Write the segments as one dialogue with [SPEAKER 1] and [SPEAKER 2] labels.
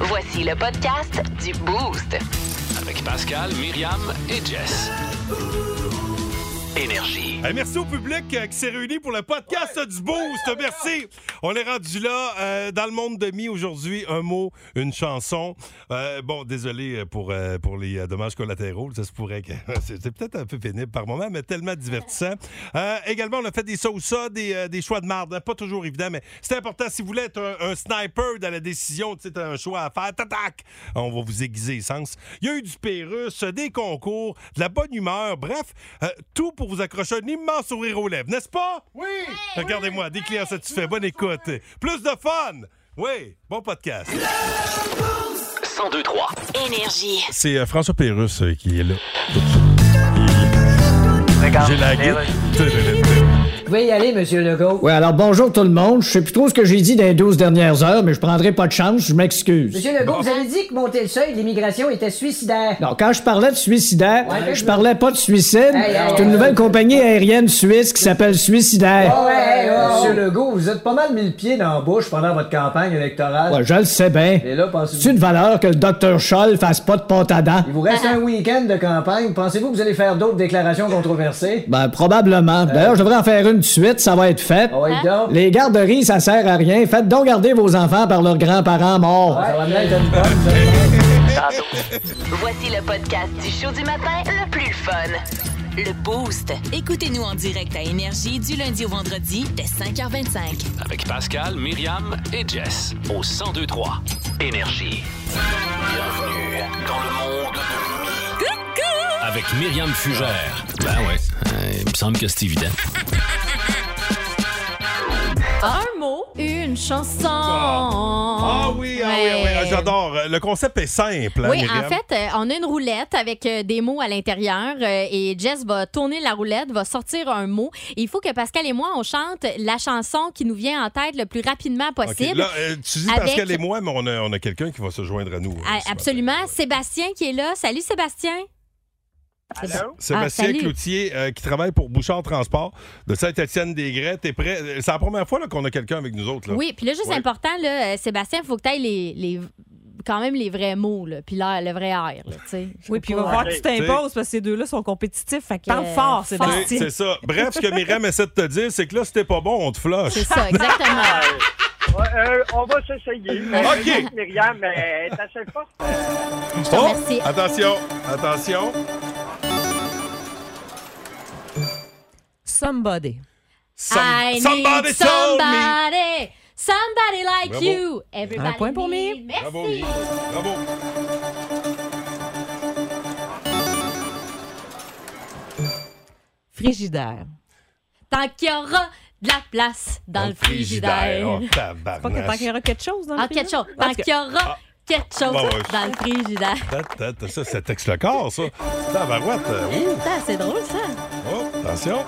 [SPEAKER 1] Voici le podcast du Boost.
[SPEAKER 2] Avec Pascal, Myriam et Jess. Énergie.
[SPEAKER 3] Hey, merci au public euh, qui s'est réuni pour le podcast du Boost. Merci. On est rendu là. euh, dans le monde de mi aujourd'hui, un mot, une chanson. Euh, bon, désolé pour, euh, pour les euh, dommages collatéraux. Ça se pourrait que c'est c'est peut-être un peu pénible par moment, mais tellement divertissant. Euh, également, on a fait des ça, des, euh, des choix de marde. Pas toujours évident, mais c'est important. Si vous voulez être un, un sniper dans la décision, tu sais, t'as un choix à faire, tac, on va vous aiguiser les sens. Il y a eu du Pérus, des concours, de la bonne humeur, bref, euh, tout pour vous accrocher un immense sourire aux lèvres, n'est-ce pas? Oui! Regardez-moi, des clients satisfaits, bonne écoute. Plus de fun! Oui, bon podcast.
[SPEAKER 2] 1023.
[SPEAKER 1] Énergie.
[SPEAKER 3] C'est euh, François Pérus euh, qui est là. J'ai lagué.
[SPEAKER 4] Vous pouvez y aller, Monsieur Legault.
[SPEAKER 5] Oui, alors bonjour tout le monde. Je sais plus trop ce que j'ai dit dans les 12 dernières heures, mais je prendrai pas de chance, je m'excuse.
[SPEAKER 4] Monsieur Legault, vous avez dit que monter le seuil de l'immigration était suicidaire.
[SPEAKER 5] Non, quand je parlais de suicidaire,
[SPEAKER 4] Ouais.
[SPEAKER 5] je parlais pas de suicide.
[SPEAKER 4] Hey, hey,
[SPEAKER 5] C'est une
[SPEAKER 4] hey,
[SPEAKER 5] nouvelle compagnie aérienne suisse qui s'appelle Suicidaire.
[SPEAKER 4] ouais,
[SPEAKER 6] Monsieur Legault, vous êtes pas mal mis le pied dans la bouche pendant votre campagne électorale.
[SPEAKER 5] Ouais, je le sais bien.
[SPEAKER 6] Et là,
[SPEAKER 5] C'est
[SPEAKER 6] pensez-vous.
[SPEAKER 5] une valeur que le docteur Scholl fasse pas de pâte à dents.
[SPEAKER 6] Il vous reste un week-end de campagne. Pensez-vous que vous allez faire d'autres déclarations controversées?
[SPEAKER 5] Ben, probablement. D'ailleurs, je devrais en faire une de suite, ça va être fait.
[SPEAKER 6] Ah ouais, donc.
[SPEAKER 5] Les garderies, ça sert à rien. Faites donc garder vos enfants par leurs grands-parents morts.
[SPEAKER 6] Ça va bien être une bonne, ça.
[SPEAKER 1] Voici le podcast du show du matin le plus fun. Le Boost.
[SPEAKER 7] Écoutez-nous en direct à Énergie du lundi au vendredi dès 5h25.
[SPEAKER 2] Avec Pascal, Myriam et Jess. Au 1023. Énergie. Bienvenue dans le monde de Mi. Avec Myriam Fugère. Ben ouais. euh, il me semble que c'est évident.
[SPEAKER 8] Un mot, une chanson.
[SPEAKER 3] Ah oui, ah oui, ah oui, ah, j'adore. Euh, Le concept est simple. hein,
[SPEAKER 8] Oui,
[SPEAKER 3] Myriam?
[SPEAKER 8] en fait, euh, on a une roulette avec euh, des mots à l'intérieur euh, et Jess va tourner la roulette, va sortir un mot. Et il faut que Pascal et moi, on chante la chanson qui nous vient en tête le plus rapidement
[SPEAKER 3] OK,
[SPEAKER 8] possible.
[SPEAKER 3] Là, euh, tu dis
[SPEAKER 8] Avec-
[SPEAKER 3] Pascal et moi, mais on a, on a quelqu'un qui va se joindre à nous. euh,
[SPEAKER 8] Ah,
[SPEAKER 3] ce matin.
[SPEAKER 8] Absolument. Sébastien qui est là. Salut Sébastien.
[SPEAKER 3] Sébastien
[SPEAKER 8] Ah, salut.
[SPEAKER 3] Cloutier, euh, qui travaille pour Bouchard Transport de Saint-Étienne-des-Grès. T'es prêt? Euh, C'est la première fois là, qu'on a quelqu'un avec nous autres. Là.
[SPEAKER 8] Oui, puis là, juste
[SPEAKER 3] Ouais.
[SPEAKER 8] important, là, euh, Sébastien, il faut que tu ailles les, les- quand même les vrais mots, là, puis l'air- le vrai air. Là, tu sais.
[SPEAKER 9] Oui, puis il va falloir que tu t'imposes parce que ces deux-là sont compétitifs. Fait que euh, parle fort,
[SPEAKER 8] Fait-
[SPEAKER 3] Tu sais,
[SPEAKER 9] Sébastien.
[SPEAKER 3] C'est ça. Bref, ce que Myriam essaie de te dire, c'est que là, si t'es pas bon, on te flush.
[SPEAKER 8] C'est ça, exactement.
[SPEAKER 10] on va s'essayer.
[SPEAKER 3] OK. Oh,
[SPEAKER 10] Myriam, mais t'as assez forte.
[SPEAKER 8] te remercie.
[SPEAKER 3] attention, attention.
[SPEAKER 9] Somebody.
[SPEAKER 3] Some-
[SPEAKER 8] I need
[SPEAKER 3] somebody told me.
[SPEAKER 8] somebody, somebody like
[SPEAKER 3] Bravo.
[SPEAKER 8] you. Everybody
[SPEAKER 9] Un point pour
[SPEAKER 8] needs-
[SPEAKER 9] Mimi.
[SPEAKER 8] Merci.
[SPEAKER 3] Bravo, Myriam. Bravo.
[SPEAKER 9] Frigidaire.
[SPEAKER 8] Tant qu'il y aura de la place dans le frigidaire.
[SPEAKER 3] Oh,
[SPEAKER 9] Pas que tant qu'il y
[SPEAKER 3] tabarnache.
[SPEAKER 9] aura quelque chose dans le
[SPEAKER 8] Ah, quelque
[SPEAKER 9] frigidaire.
[SPEAKER 8] chose. Tant
[SPEAKER 9] En tout
[SPEAKER 8] qu'il y
[SPEAKER 3] Ah.
[SPEAKER 8] aura quelque chose
[SPEAKER 3] Bon, ouais.
[SPEAKER 8] dans le frigidaire.
[SPEAKER 3] Attends, attends, Ça, c'est texte le corps, ça. Tabarouette. euh, ouh.
[SPEAKER 8] Putain, C'est drôle, ça.
[SPEAKER 3] Oh, attention.
[SPEAKER 9] cas,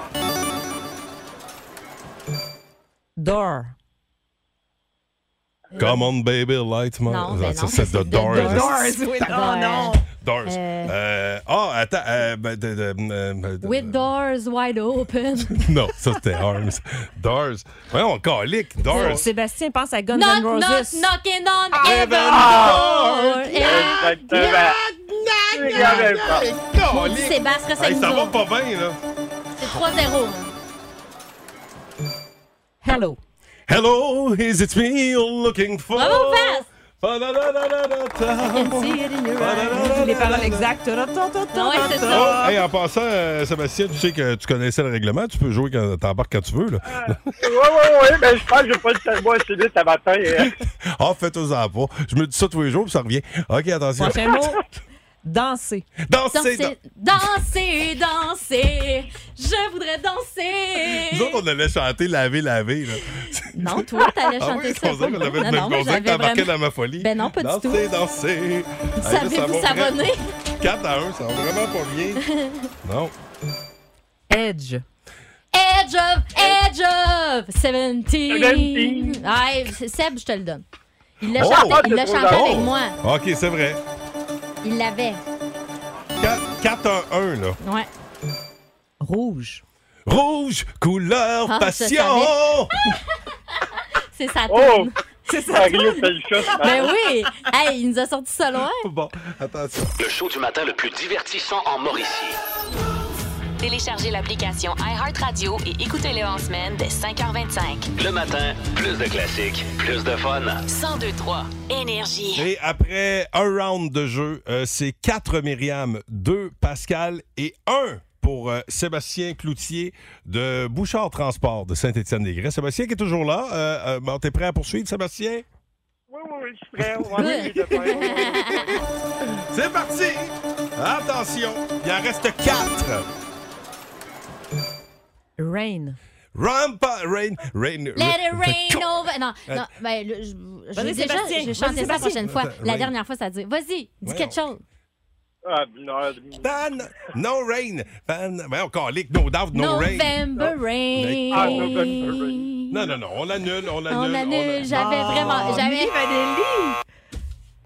[SPEAKER 9] Door.
[SPEAKER 3] Come on, baby, light my... Ah,
[SPEAKER 8] Non, ben
[SPEAKER 3] ça,
[SPEAKER 8] non,
[SPEAKER 3] c'est
[SPEAKER 8] ça,
[SPEAKER 3] The
[SPEAKER 8] c'est The
[SPEAKER 3] Doors.
[SPEAKER 8] Doors.
[SPEAKER 9] oui,
[SPEAKER 8] Door.
[SPEAKER 3] Doors.
[SPEAKER 8] Euh.
[SPEAKER 3] Euh, Ah, attends. euh, ben, de- de- euh, de-
[SPEAKER 8] With doors wide open.
[SPEAKER 3] Non, ça, c'était Arms. Doors. Voyons, calique. Doors.
[SPEAKER 9] Sébastien pense à Guns
[SPEAKER 8] knock,
[SPEAKER 9] N'
[SPEAKER 8] knock,
[SPEAKER 9] Roses.
[SPEAKER 8] knocking on
[SPEAKER 3] Ah.
[SPEAKER 8] heaven door. Eh,
[SPEAKER 10] Myriam,
[SPEAKER 8] mon Dieu,
[SPEAKER 3] Calique.
[SPEAKER 8] Sébastien, c'est
[SPEAKER 3] Hey, ça
[SPEAKER 8] nous
[SPEAKER 3] va
[SPEAKER 8] autres.
[SPEAKER 3] pas bien, là.
[SPEAKER 8] C'est 3-0.
[SPEAKER 9] Hello.
[SPEAKER 3] Hello, is it me you're looking for?
[SPEAKER 8] Bravo, fast.
[SPEAKER 3] Ba-da-da-da-da-da-da.
[SPEAKER 8] Can see it in your eyes.
[SPEAKER 3] Ba-da-da-da-da-da.
[SPEAKER 9] Les paroles exactes. Ta- ta- ta- ta-
[SPEAKER 8] Ouais, c'est
[SPEAKER 9] ta-
[SPEAKER 8] ça.
[SPEAKER 10] Ah.
[SPEAKER 3] Oh, hey, en passant, euh, Sébastien, tu sais que tu connaissais le règlement, tu peux jouer quand t'embarques quand tu veux. Là.
[SPEAKER 10] Oui, oui, oui, mais ben, je pense que j'ai pas le cerveau assez vite à matin. euh.
[SPEAKER 3] Ah, fais-toi ça pas. Je me dis ça tous les jours, puis ça revient. OK, attention.
[SPEAKER 9] Prochain mot. Danser.
[SPEAKER 3] Danser,
[SPEAKER 8] Danser, danser, danser, je voudrais danser.
[SPEAKER 3] Nous autres, on allait chanter laver, laver. Là.
[SPEAKER 8] Non, toi, t'allais
[SPEAKER 3] Ah
[SPEAKER 8] chanter
[SPEAKER 3] oui,
[SPEAKER 8] ça.
[SPEAKER 3] on dirait qu'on avait le
[SPEAKER 8] Non,
[SPEAKER 3] même
[SPEAKER 8] non, mais
[SPEAKER 3] conseil que
[SPEAKER 8] j'avais
[SPEAKER 3] t'as marqué
[SPEAKER 8] vraiment-
[SPEAKER 3] dans ma folie.
[SPEAKER 8] Ben non, pas du
[SPEAKER 3] danser,
[SPEAKER 8] tout.
[SPEAKER 3] Danser, danser.
[SPEAKER 8] Savez-vous savonner?
[SPEAKER 3] 4 à 1, ça va vraiment pas bien. non.
[SPEAKER 9] Edge.
[SPEAKER 8] Edge of, edge of, 17.
[SPEAKER 10] Seventeen.
[SPEAKER 8] Ouais, c'est- Seb, je te le donne. Il l'a
[SPEAKER 3] Oh!
[SPEAKER 8] chanté,
[SPEAKER 3] Ah,
[SPEAKER 8] il l'a
[SPEAKER 10] c'est
[SPEAKER 8] chanté
[SPEAKER 10] trop
[SPEAKER 8] avec
[SPEAKER 3] drôle.
[SPEAKER 8] moi.
[SPEAKER 3] OK, c'est vrai.
[SPEAKER 8] Il l'avait.
[SPEAKER 3] 4 à 1, là.
[SPEAKER 8] Ouais.
[SPEAKER 9] Rouge.
[SPEAKER 3] Rouge, couleur,
[SPEAKER 8] Ah, je
[SPEAKER 3] passion.
[SPEAKER 8] savais. C'est sa
[SPEAKER 10] Oh!
[SPEAKER 8] tune.
[SPEAKER 9] C'est ça.
[SPEAKER 10] Mario Pelcha.
[SPEAKER 8] Ben oui! Hey, il nous a sorti ça loin.
[SPEAKER 3] Bon, attention.
[SPEAKER 2] Le show du matin le plus divertissant en Mauricie.
[SPEAKER 7] Téléchargez l'application iHeartRadio et écoutez-le en semaine dès 5h25.
[SPEAKER 2] Le matin, plus de classiques, plus de fun.
[SPEAKER 7] 1023 Énergie.
[SPEAKER 3] Et après un round de jeu, euh, c'est 4 Myriam, 2 Pascal et 1 pour euh, Sébastien Cloutier de Bouchard Transport de Saint-Étienne-des-Grès. Sébastien qui est toujours là. Euh, euh, bon, T'es prêt à poursuivre, Sébastien?
[SPEAKER 10] Oui, oui, oui, je suis prêt. On va aller de près.
[SPEAKER 3] C'est parti! Attention, il en reste 4.
[SPEAKER 9] Rain.
[SPEAKER 3] Rampa, rain, rain,
[SPEAKER 8] Let it rain over. Non, non, ben, le- je- je
[SPEAKER 9] Vas-y,
[SPEAKER 8] l'ai déjà
[SPEAKER 9] Sébastien.
[SPEAKER 8] j'ai chanté
[SPEAKER 9] Vas-y,
[SPEAKER 8] ça la
[SPEAKER 9] Sébastien.
[SPEAKER 8] prochaine fois. La
[SPEAKER 3] Rain.
[SPEAKER 8] dernière fois, ça dit Vas-y, dis
[SPEAKER 3] Ouais,
[SPEAKER 8] quelque chose.
[SPEAKER 10] Ah, non,
[SPEAKER 3] Fan, no rain. Fan, ben, encore, lick, no doubt, no rain.
[SPEAKER 8] November rain.
[SPEAKER 10] Ah, November rain.
[SPEAKER 3] Non, non, non, on annule, on Ah. annule.
[SPEAKER 8] On annule, j'avais vraiment. J'avais.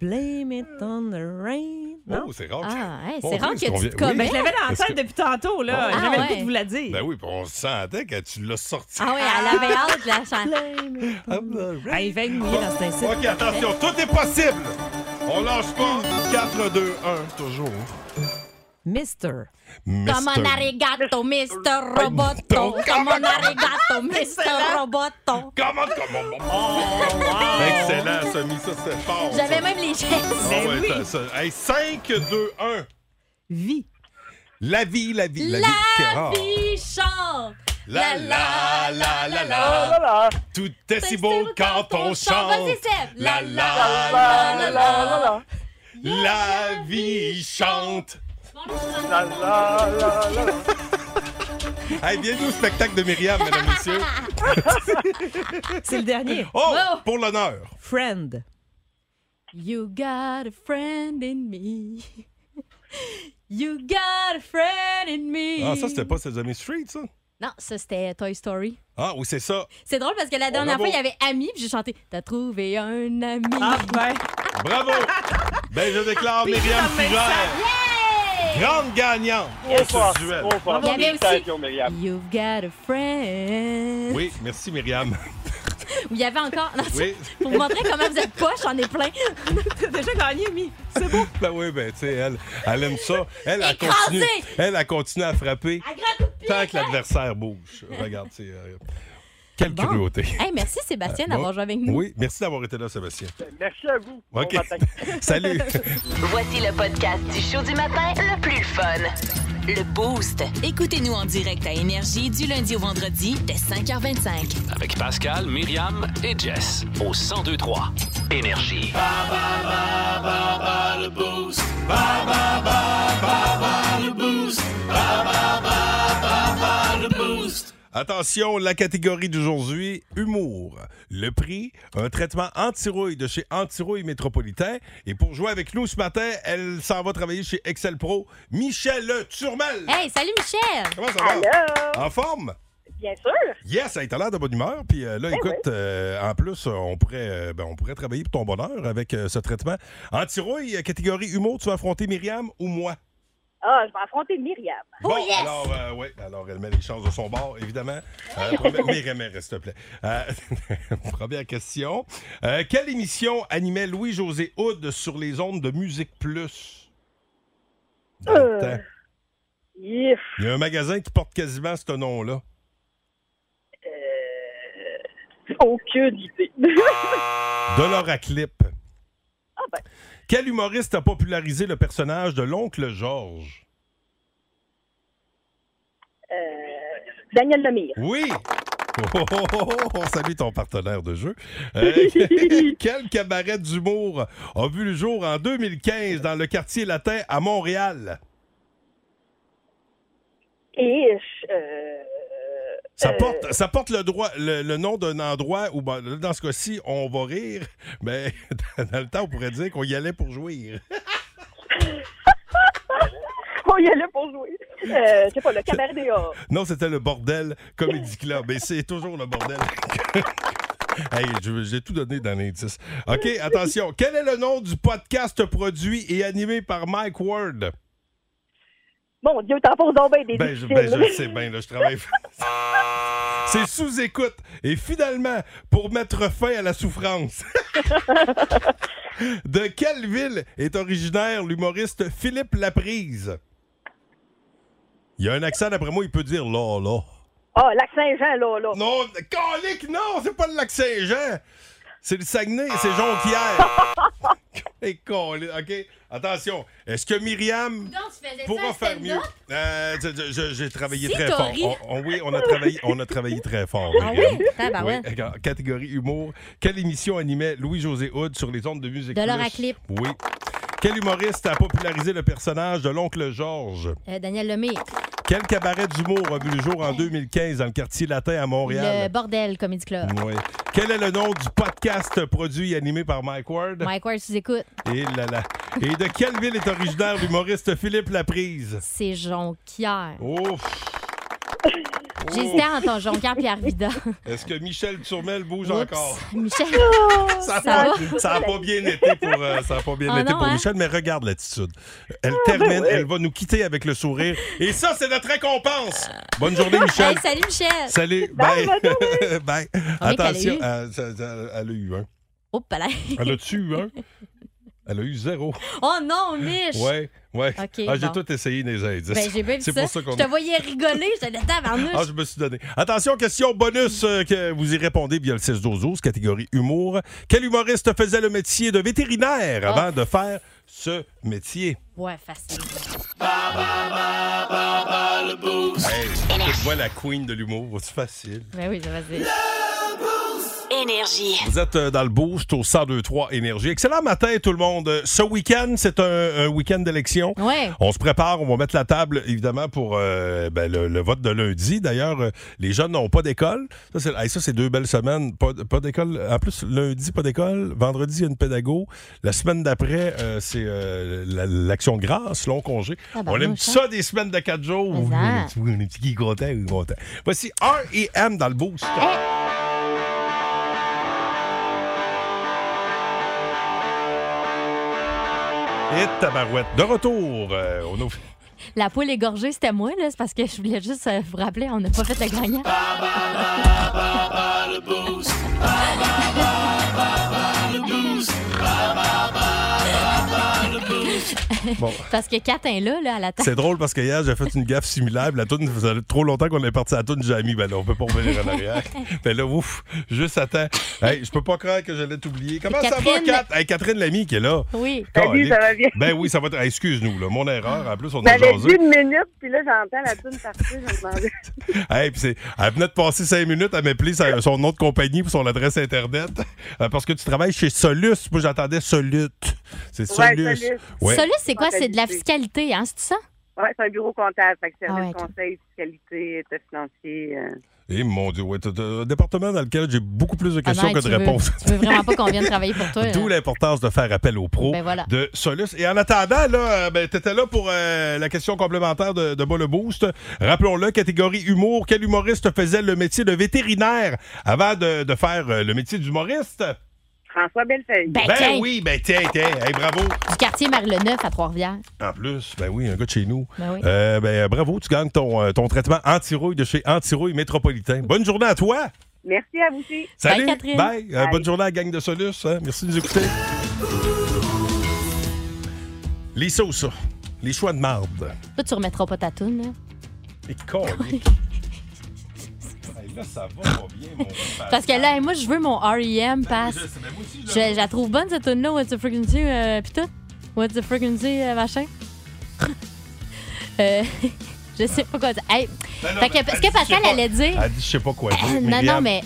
[SPEAKER 9] Blame it on the rain. Non?
[SPEAKER 3] Oh, c'est rare. que-
[SPEAKER 8] Ah, hey,
[SPEAKER 3] Bon,
[SPEAKER 8] c'est rare
[SPEAKER 3] Dieu, est-ce
[SPEAKER 8] que
[SPEAKER 3] qu'on
[SPEAKER 8] tu
[SPEAKER 3] vient-
[SPEAKER 8] te
[SPEAKER 3] Oui.
[SPEAKER 8] commettes.
[SPEAKER 9] Je l'avais dans la
[SPEAKER 3] Est-ce
[SPEAKER 9] tête
[SPEAKER 3] que-
[SPEAKER 9] depuis tantôt, là.
[SPEAKER 8] Ah,
[SPEAKER 9] J'avais le
[SPEAKER 8] ouais.
[SPEAKER 9] goût de vous la dire.
[SPEAKER 3] Ben oui, puis on sentait que tu l'as sorti.
[SPEAKER 8] Ah oui, elle avait hâte de la chanter.
[SPEAKER 9] Blame it.
[SPEAKER 3] I'm the rain.
[SPEAKER 9] Ah, il va être mouillé dans cet incendie.
[SPEAKER 3] OK, attention, tout est possible. On lâche pas. 4, 2, 1, toujours.
[SPEAKER 9] Mister.
[SPEAKER 8] Comme un arigato, Mr. Roboto. Comme un arigato, Mr. Roboto.
[SPEAKER 3] Comment, comment, Excellent, Samy, ça, c'est fort.
[SPEAKER 8] J'avais
[SPEAKER 3] ça.
[SPEAKER 8] même les gestes.
[SPEAKER 3] Ah ouais, ça- ça- hey, 5, 2, 1.
[SPEAKER 9] Vie.
[SPEAKER 3] La vie, la vie, la,
[SPEAKER 8] La
[SPEAKER 3] Ah.
[SPEAKER 8] vie chante.
[SPEAKER 3] La la la la la.
[SPEAKER 10] Voilà.
[SPEAKER 3] Tout est si beau quand on chante.
[SPEAKER 8] Vas-y, Seb.
[SPEAKER 3] La la la la
[SPEAKER 10] La, la,
[SPEAKER 3] la.
[SPEAKER 10] la,
[SPEAKER 3] La vie chante.
[SPEAKER 10] la, la, la, la, la.
[SPEAKER 3] Hey, bienvenue au spectacle de Myriam, mesdames, messieurs.
[SPEAKER 9] C'est le dernier.
[SPEAKER 3] Oh,
[SPEAKER 8] Wow.
[SPEAKER 3] pour l'honneur.
[SPEAKER 9] Friend.
[SPEAKER 8] You got a friend in me. You got a friend in me.
[SPEAKER 3] Ah, ça, c'était pas Sesame Street, ça?
[SPEAKER 8] Non, ça, c'était Toy Story.
[SPEAKER 3] Ah, oui, c'est ça.
[SPEAKER 8] C'est drôle parce que la dernière
[SPEAKER 3] bravo.
[SPEAKER 8] fois, il y avait Ami, puis j'ai chanté T'as trouvé un ami.
[SPEAKER 9] Ah, ben.
[SPEAKER 3] Bravo. Ben, je déclare Myriam
[SPEAKER 9] dans le même
[SPEAKER 3] Fugère grande gagnante de
[SPEAKER 10] Trop fort,
[SPEAKER 3] ce duel.
[SPEAKER 10] trop fort.
[SPEAKER 8] Il y avait aussi-
[SPEAKER 10] Félicitations, Myriam.
[SPEAKER 8] You've got a friend.
[SPEAKER 3] Oui, merci, Myriam.
[SPEAKER 8] Ou Il y avait encore. Non,
[SPEAKER 3] Oui.
[SPEAKER 8] c'est- Pour vous montrer comment vous êtes poche, j'en ai plein.
[SPEAKER 9] T'as déjà gagné, Mi. C'est beau.
[SPEAKER 3] Ben oui, ben, tu sais, elle, elle aime ça. Elle, elle
[SPEAKER 8] Écrasée.
[SPEAKER 3] continue. Elle, elle continue à frapper
[SPEAKER 8] À grand coup de pied.
[SPEAKER 3] tant que l'adversaire bouge. Regarde, c'est. euh, quelle
[SPEAKER 8] Bon.
[SPEAKER 3] cruauté.
[SPEAKER 8] Hey, merci Sébastien
[SPEAKER 3] Bon.
[SPEAKER 8] d'avoir joué avec nous.
[SPEAKER 3] Euh, Oui, merci d'avoir été là, Sébastien.
[SPEAKER 10] Ben, Merci à vous. Bon
[SPEAKER 3] OK.
[SPEAKER 10] matin.
[SPEAKER 3] Salut.
[SPEAKER 1] Voici le podcast du show du matin le plus fun.
[SPEAKER 7] Le Boost. Écoutez-nous en direct à Énergie du lundi au vendredi dès 5h25.
[SPEAKER 2] Avec Pascal, Myriam et Jess au 1023 Énergie.
[SPEAKER 3] Attention, la catégorie d'aujourd'hui, humour. Le prix, un traitement anti-rouille de chez Antirouille Métropolitain. Et pour jouer avec nous ce matin, elle s'en va travailler chez Excel Pro, Michel Turmel.
[SPEAKER 8] Hey, salut Michel.
[SPEAKER 3] Comment ça va?
[SPEAKER 11] Allô?
[SPEAKER 3] En forme?
[SPEAKER 11] Bien sûr. Ben
[SPEAKER 3] Yes, hey, t'as l'air de bonne humeur. Puis euh, là, écoute, euh, en plus, euh, on pourrait, euh, ben, on pourrait travailler pour ton bonheur avec euh, ce traitement. Anti-rouille, euh, catégorie humour, tu vas affronter Myriam ou moi?
[SPEAKER 11] Ah, je vais affronter Myriam.
[SPEAKER 3] Bon, alors, euh, ouais, alors elle met les chances de son bord, évidemment. Euh, première- Myriam, Myriam, s'il te plaît. Euh, première question. Euh, quelle émission animait Louis-José Houd sur les ondes de Musique Plus? Dans le
[SPEAKER 11] Euh.
[SPEAKER 3] temps.
[SPEAKER 11] Yif.
[SPEAKER 3] Il y a un magasin qui porte quasiment ce nom-là.
[SPEAKER 11] Euh, aucune idée.
[SPEAKER 3] Dolora Clip.
[SPEAKER 11] Ah ben.
[SPEAKER 3] Quel humoriste a popularisé le personnage de l'oncle Georges?
[SPEAKER 11] Euh, Daniel Lemire.
[SPEAKER 3] Oui! Oh, oh, oh, oh, on salue ton partenaire de jeu. Euh, quel cabaret d'humour a vu le jour en 2015 dans le quartier latin à Montréal?
[SPEAKER 11] Et. Euh,
[SPEAKER 3] Ça,
[SPEAKER 11] euh,
[SPEAKER 3] porte, ça porte le, droit, le, le nom d'un endroit où, ben, là, dans ce cas-ci, on va rire, mais dans le temps, on pourrait dire qu'on y allait pour jouir.
[SPEAKER 11] On y allait pour jouer. Euh, je sais pas, le cabaret des Arts.
[SPEAKER 3] Non, c'était le bordel Comédie Club. Mais c'est toujours le bordel. hey, je- j'ai tout donné dans l'indice. OK, attention. Quel est le nom du podcast produit et animé par Mike Ward?
[SPEAKER 11] Mon Dieu, t'en poses donc bien des
[SPEAKER 3] Ben, je,
[SPEAKER 11] difficiles.
[SPEAKER 3] ben, je le sais bien, là, je travaille. C'est sous écoute. Et finalement, pour mettre fin à la souffrance. de quelle ville est originaire l'humoriste Philippe Laprise? Il y a un accent, d'après moi, il peut dire là, là.
[SPEAKER 11] Ah, lac Saint-Jean, là, là.
[SPEAKER 3] Non, colique, non, c'est pas le lac Saint-Jean. C'est le Saguenay, c'est Jonquière. Et colique, OK. Attention, est-ce que Myriam
[SPEAKER 8] Donc, tu faisais
[SPEAKER 3] pourra
[SPEAKER 8] ça, un
[SPEAKER 3] faire mieux?
[SPEAKER 8] stand-up?
[SPEAKER 3] Euh, je- je- je- J'ai travaillé
[SPEAKER 8] Si,
[SPEAKER 3] très
[SPEAKER 8] t'as
[SPEAKER 3] fort.
[SPEAKER 8] ri.
[SPEAKER 3] On- on- oui, on a travaillé, on a travaillé très fort.
[SPEAKER 8] Ah
[SPEAKER 3] Myriam.
[SPEAKER 8] oui? Tabarouette.
[SPEAKER 3] Oui, regarde, Catégorie humour. Quelle émission animait Louis-José Hood sur les ondes de musique?
[SPEAKER 8] De l'or
[SPEAKER 3] Plus?
[SPEAKER 8] à clip.
[SPEAKER 3] Oui. Quel humoriste a popularisé le personnage de l'oncle Georges?
[SPEAKER 8] Euh, Daniel Lemay,
[SPEAKER 3] Quel cabaret d'humour a vu le jour en 2015 dans le quartier latin à
[SPEAKER 8] le
[SPEAKER 3] Montréal?
[SPEAKER 8] bordel Comedy Club.
[SPEAKER 3] Oui. Quel est le nom du podcast produit et animé par Mike Ward?
[SPEAKER 8] Mike Ward sous écoute,
[SPEAKER 3] Et, là là. et de quelle ville est originaire l'humoriste Philippe Laprise?
[SPEAKER 8] c'est Jonquière.
[SPEAKER 3] Ouf! Oh.
[SPEAKER 8] J'hésitais entre Jonquière et Arvida.
[SPEAKER 3] Est-ce que Michel Turmel bouge
[SPEAKER 8] Oups.
[SPEAKER 3] encore?
[SPEAKER 8] Michel,
[SPEAKER 3] Ça a
[SPEAKER 8] ça,
[SPEAKER 3] pas-
[SPEAKER 8] va?
[SPEAKER 3] ça a pas bien été pour, euh, ça a pas bien
[SPEAKER 8] Ah
[SPEAKER 3] été
[SPEAKER 8] non,
[SPEAKER 3] pour
[SPEAKER 8] hein?
[SPEAKER 3] Michel, mais regarde l'attitude. Elle
[SPEAKER 8] ben
[SPEAKER 3] termine,
[SPEAKER 8] oui.
[SPEAKER 3] elle va nous quitter avec le sourire. Et ça, c'est notre récompense! Bonne journée, Michel!
[SPEAKER 8] Hey, salut Michel.
[SPEAKER 3] Salut!
[SPEAKER 8] Bye,
[SPEAKER 3] Bye! Bye!
[SPEAKER 8] Combien qu'elle a
[SPEAKER 3] Attention,
[SPEAKER 8] eu?
[SPEAKER 3] euh, ça- ça- elle a eu un.
[SPEAKER 8] Oh, palais.
[SPEAKER 3] Elle a-tu eu un? Elle a eu zéro.
[SPEAKER 8] Oh non, Mich.
[SPEAKER 3] Ouais, ouais.
[SPEAKER 8] Ok,
[SPEAKER 3] ah, j'ai
[SPEAKER 8] bon.
[SPEAKER 3] tout essayé des indices.
[SPEAKER 8] Ben, j'ai bien vu
[SPEAKER 3] C'est
[SPEAKER 8] ça.
[SPEAKER 3] pour ça qu'on
[SPEAKER 8] Je te
[SPEAKER 3] a-
[SPEAKER 8] voyais rigoler, je l'étais avant nous.
[SPEAKER 3] Ah, je me suis donné. Attention, question bonus euh, que vous y répondez via le 16 12 12 catégorie humour. Quel humoriste faisait le métier de vétérinaire avant de faire ce métier?
[SPEAKER 8] Ouais, facile.
[SPEAKER 3] Hey, je vois la queen de l'humour, c'est facile.
[SPEAKER 8] Ben oui, ça va se dire.
[SPEAKER 7] Énergie.
[SPEAKER 3] Vous êtes euh, dans le boost au 1023 Énergie. Excellent matin, tout le monde. Euh, Ce week-end, c'est un, un week-end d'élection.
[SPEAKER 8] Ouais.
[SPEAKER 3] On se prépare, on va mettre la table, évidemment, pour euh, ben, le, le vote de lundi. D'ailleurs, euh, les jeunes n'ont pas d'école. Ça, c'est hey, ça, c'est deux belles semaines. Pas, pas d'école. En plus, lundi, pas d'école. Vendredi, il y a une pédago. La semaine d'après, euh, c'est euh, la- l'action de grâce, long congé.
[SPEAKER 2] Ah, ben,
[SPEAKER 3] on aime
[SPEAKER 2] moi, ça.
[SPEAKER 3] ça des semaines de quatre jours.
[SPEAKER 2] Mais
[SPEAKER 3] Oui,
[SPEAKER 2] ça.
[SPEAKER 3] on est- oui, on est petit qui est content, oui, content. Voici R.E.M. dans le boost. Et tabarouette. De retour euh, au nou-
[SPEAKER 8] La poule égorgée, c'était moi, là. C'est parce que je voulais juste euh, vous rappeler, on n'a pas fait le gagnant.
[SPEAKER 3] Bon.
[SPEAKER 8] Parce que Kat est là, là, à la table.
[SPEAKER 3] C'est drôle parce que hier, j'ai fait une gaffe similaire. puis La toune, ça faisait trop longtemps qu'on est parti à la toune, j'ai mis. Ben là, on peut pas revenir en arrière. Ben là, ouf, juste attends. Hey, je peux pas croire que j'allais t'oublier. Comment
[SPEAKER 2] Catherine-
[SPEAKER 3] ça va, Kat? Hey, Catherine Lamy qui est là.
[SPEAKER 8] Oui.
[SPEAKER 3] Calé. Ben oui, ça va. t- hey, Excuse-nous, là, mon erreur. En plus, on a
[SPEAKER 11] J'avais dit
[SPEAKER 3] jasé.
[SPEAKER 11] une minute, puis là, j'entends la tune partir. Je me demandais.
[SPEAKER 3] Hey, puis c'est- elle venait de passer cinq minutes à m'appeler sa- son nom de compagnie pour son adresse Internet. Euh, parce que tu travailles chez Solus. Moi, j'attendais Solut. C'est
[SPEAKER 11] Ouais,
[SPEAKER 3] Solus.
[SPEAKER 11] Solus.
[SPEAKER 3] Ouais.
[SPEAKER 8] Solus, c'est quoi? C'est de la
[SPEAKER 11] Comptabilité.
[SPEAKER 8] fiscalité, hein, c'est ça?
[SPEAKER 11] Ouais, c'est un bureau comptable, fait que service
[SPEAKER 8] Ah ouais, ok.
[SPEAKER 11] conseil, fiscalité, état financier. euh.
[SPEAKER 3] Eh mon Dieu, ouais, t'as- t'as un département dans lequel j'ai beaucoup plus de
[SPEAKER 8] Ah non,
[SPEAKER 3] questions que
[SPEAKER 8] tu
[SPEAKER 3] de
[SPEAKER 8] veux-
[SPEAKER 3] réponses.
[SPEAKER 8] Tu veux vraiment pas qu'on vienne travailler pour toi? là?
[SPEAKER 3] D'où l'importance de faire appel aux pros
[SPEAKER 8] Ben voilà.
[SPEAKER 3] de Solus. Et en attendant, là, euh, ben, t'étais là pour euh, la question complémentaire de, de Bas le Boost. Rappelons-le, catégorie humour. Quel humoriste faisait le métier de vétérinaire avant de, de faire euh, le métier d'humoriste?
[SPEAKER 11] François Bellefeuille.
[SPEAKER 8] Ben,
[SPEAKER 3] Ben
[SPEAKER 8] tiens,
[SPEAKER 3] oui, ben tiens, tiens. Hey, bravo.
[SPEAKER 8] Du quartier Marie-le-Neuf à Trois-Rivières.
[SPEAKER 3] En plus, ben oui, un gars de chez nous.
[SPEAKER 8] Ben oui.
[SPEAKER 3] Euh, ben, euh, bravo, tu gagnes ton, euh, ton traitement anti-rouille de chez Anti-rouille Métropolitain. Bonne journée à toi.
[SPEAKER 11] Merci à vous aussi.
[SPEAKER 3] Salut. Bye. Euh, bonne journée à la gang de Solus. hein. Merci de nous écouter. Les sauces, les choix de marde.
[SPEAKER 8] Toi, tu remettras pas ta toune, là.
[SPEAKER 3] Et colique. Hey, là, ça va pas bien, mon Ben,
[SPEAKER 8] Parce que là, hey, moi, je veux mon E REM pass.
[SPEAKER 3] je sais, mais moi aussi, je
[SPEAKER 8] Je, je la trouve bonne, cette tune là What's the frequency, euh, pis tout. What's the frequency, euh, machin. euh, je sais pas quoi dire. Hey,
[SPEAKER 3] Ben non,
[SPEAKER 8] fait que,
[SPEAKER 3] mais
[SPEAKER 8] ce
[SPEAKER 3] elle
[SPEAKER 8] que
[SPEAKER 3] dit,
[SPEAKER 8] Pascal
[SPEAKER 3] je sais pas-
[SPEAKER 8] allait dire.
[SPEAKER 3] Elle dit, je sais pas quoi dire.
[SPEAKER 8] Ah, non, non,
[SPEAKER 3] Myriam.
[SPEAKER 8] mais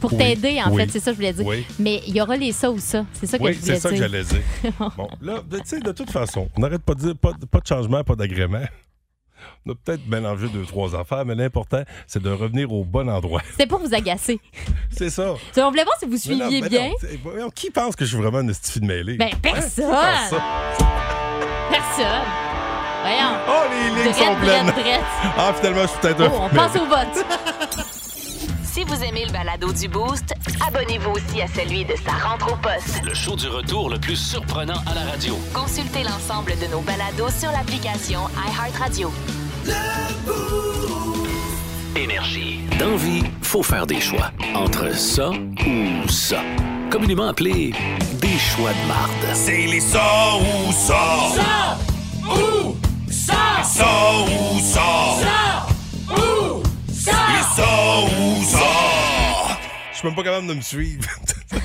[SPEAKER 8] pour
[SPEAKER 3] Oui,
[SPEAKER 8] t'aider, en
[SPEAKER 3] oui.
[SPEAKER 8] fait, c'est ça que je voulais dire.
[SPEAKER 3] Oui.
[SPEAKER 8] Mais il y aura les ça ou ça. C'est ça que
[SPEAKER 3] Oui,
[SPEAKER 8] je voulais
[SPEAKER 3] c'est ça que
[SPEAKER 8] dire.
[SPEAKER 3] j'allais dire. Bon, là, tu sais, de toute façon, on n'arrête pas de dire pas, de- pas de changement, pas d'agrément. On a peut-être mélangé deux, trois affaires, mais l'important, c'est de revenir au bon endroit.
[SPEAKER 8] C'était pour vous agacer.
[SPEAKER 3] C'est ça.
[SPEAKER 8] Tu vois, On voulait voir si vous
[SPEAKER 3] Mais non,
[SPEAKER 8] suiviez
[SPEAKER 3] mais
[SPEAKER 8] bien.
[SPEAKER 3] non, c'est- voyons, qui pense que je suis vraiment une estifie de mêlée?
[SPEAKER 8] Ben, personne.
[SPEAKER 3] Hein, qui pense ça?
[SPEAKER 8] Personne. Voyons.
[SPEAKER 3] Oh, les lignes
[SPEAKER 8] Drette,
[SPEAKER 3] sont pleines.
[SPEAKER 8] drette, drette.
[SPEAKER 3] Ah, finalement, je suis peut-être
[SPEAKER 8] Oh,
[SPEAKER 3] un
[SPEAKER 8] on
[SPEAKER 3] mêlé.
[SPEAKER 8] passe au vote.
[SPEAKER 1] Si vous aimez le balado du Boost, abonnez-vous aussi à celui de sa rentre au poste.
[SPEAKER 2] Le show du retour le plus surprenant à la radio.
[SPEAKER 1] Consultez l'ensemble de nos balados sur l'application iHeartRadio.
[SPEAKER 2] Énergie. Dans vie, faut faire des choix. Entre ça ou ça. Communément appelé des choix de marde.
[SPEAKER 12] C'est les ça ou ça.
[SPEAKER 13] Ça ou ça.
[SPEAKER 12] Ça ou ça.
[SPEAKER 13] Ça ou ça.
[SPEAKER 12] Les ça ou ça.
[SPEAKER 3] Je suis même pas capable de me suivre.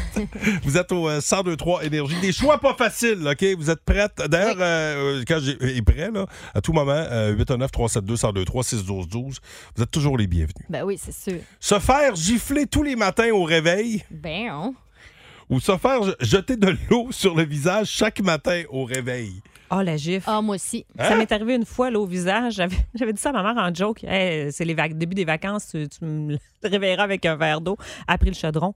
[SPEAKER 3] Vous êtes au euh, 1023 Énergie. Des choix pas faciles, OK? Vous êtes prête? D'ailleurs, euh, euh, quand j'ai est prêt, là, à tout moment, euh, 819-372-1023-612-12, vous êtes toujours les bienvenus.
[SPEAKER 8] Ben oui, c'est sûr.
[SPEAKER 3] Se faire gifler tous les matins au réveil
[SPEAKER 8] Ben, on.
[SPEAKER 3] ou se faire je- jeter de l'eau sur le visage chaque matin au réveil.
[SPEAKER 9] Ah, la gifle.
[SPEAKER 8] Ah, moi aussi.
[SPEAKER 9] Ça m'est arrivé une fois, là, au visage. J'avais j'avais dit ça à ma mère en joke. Hey, c'est les vac- début des vacances, tu, tu me réveilleras avec un verre d'eau. Après le chaudron.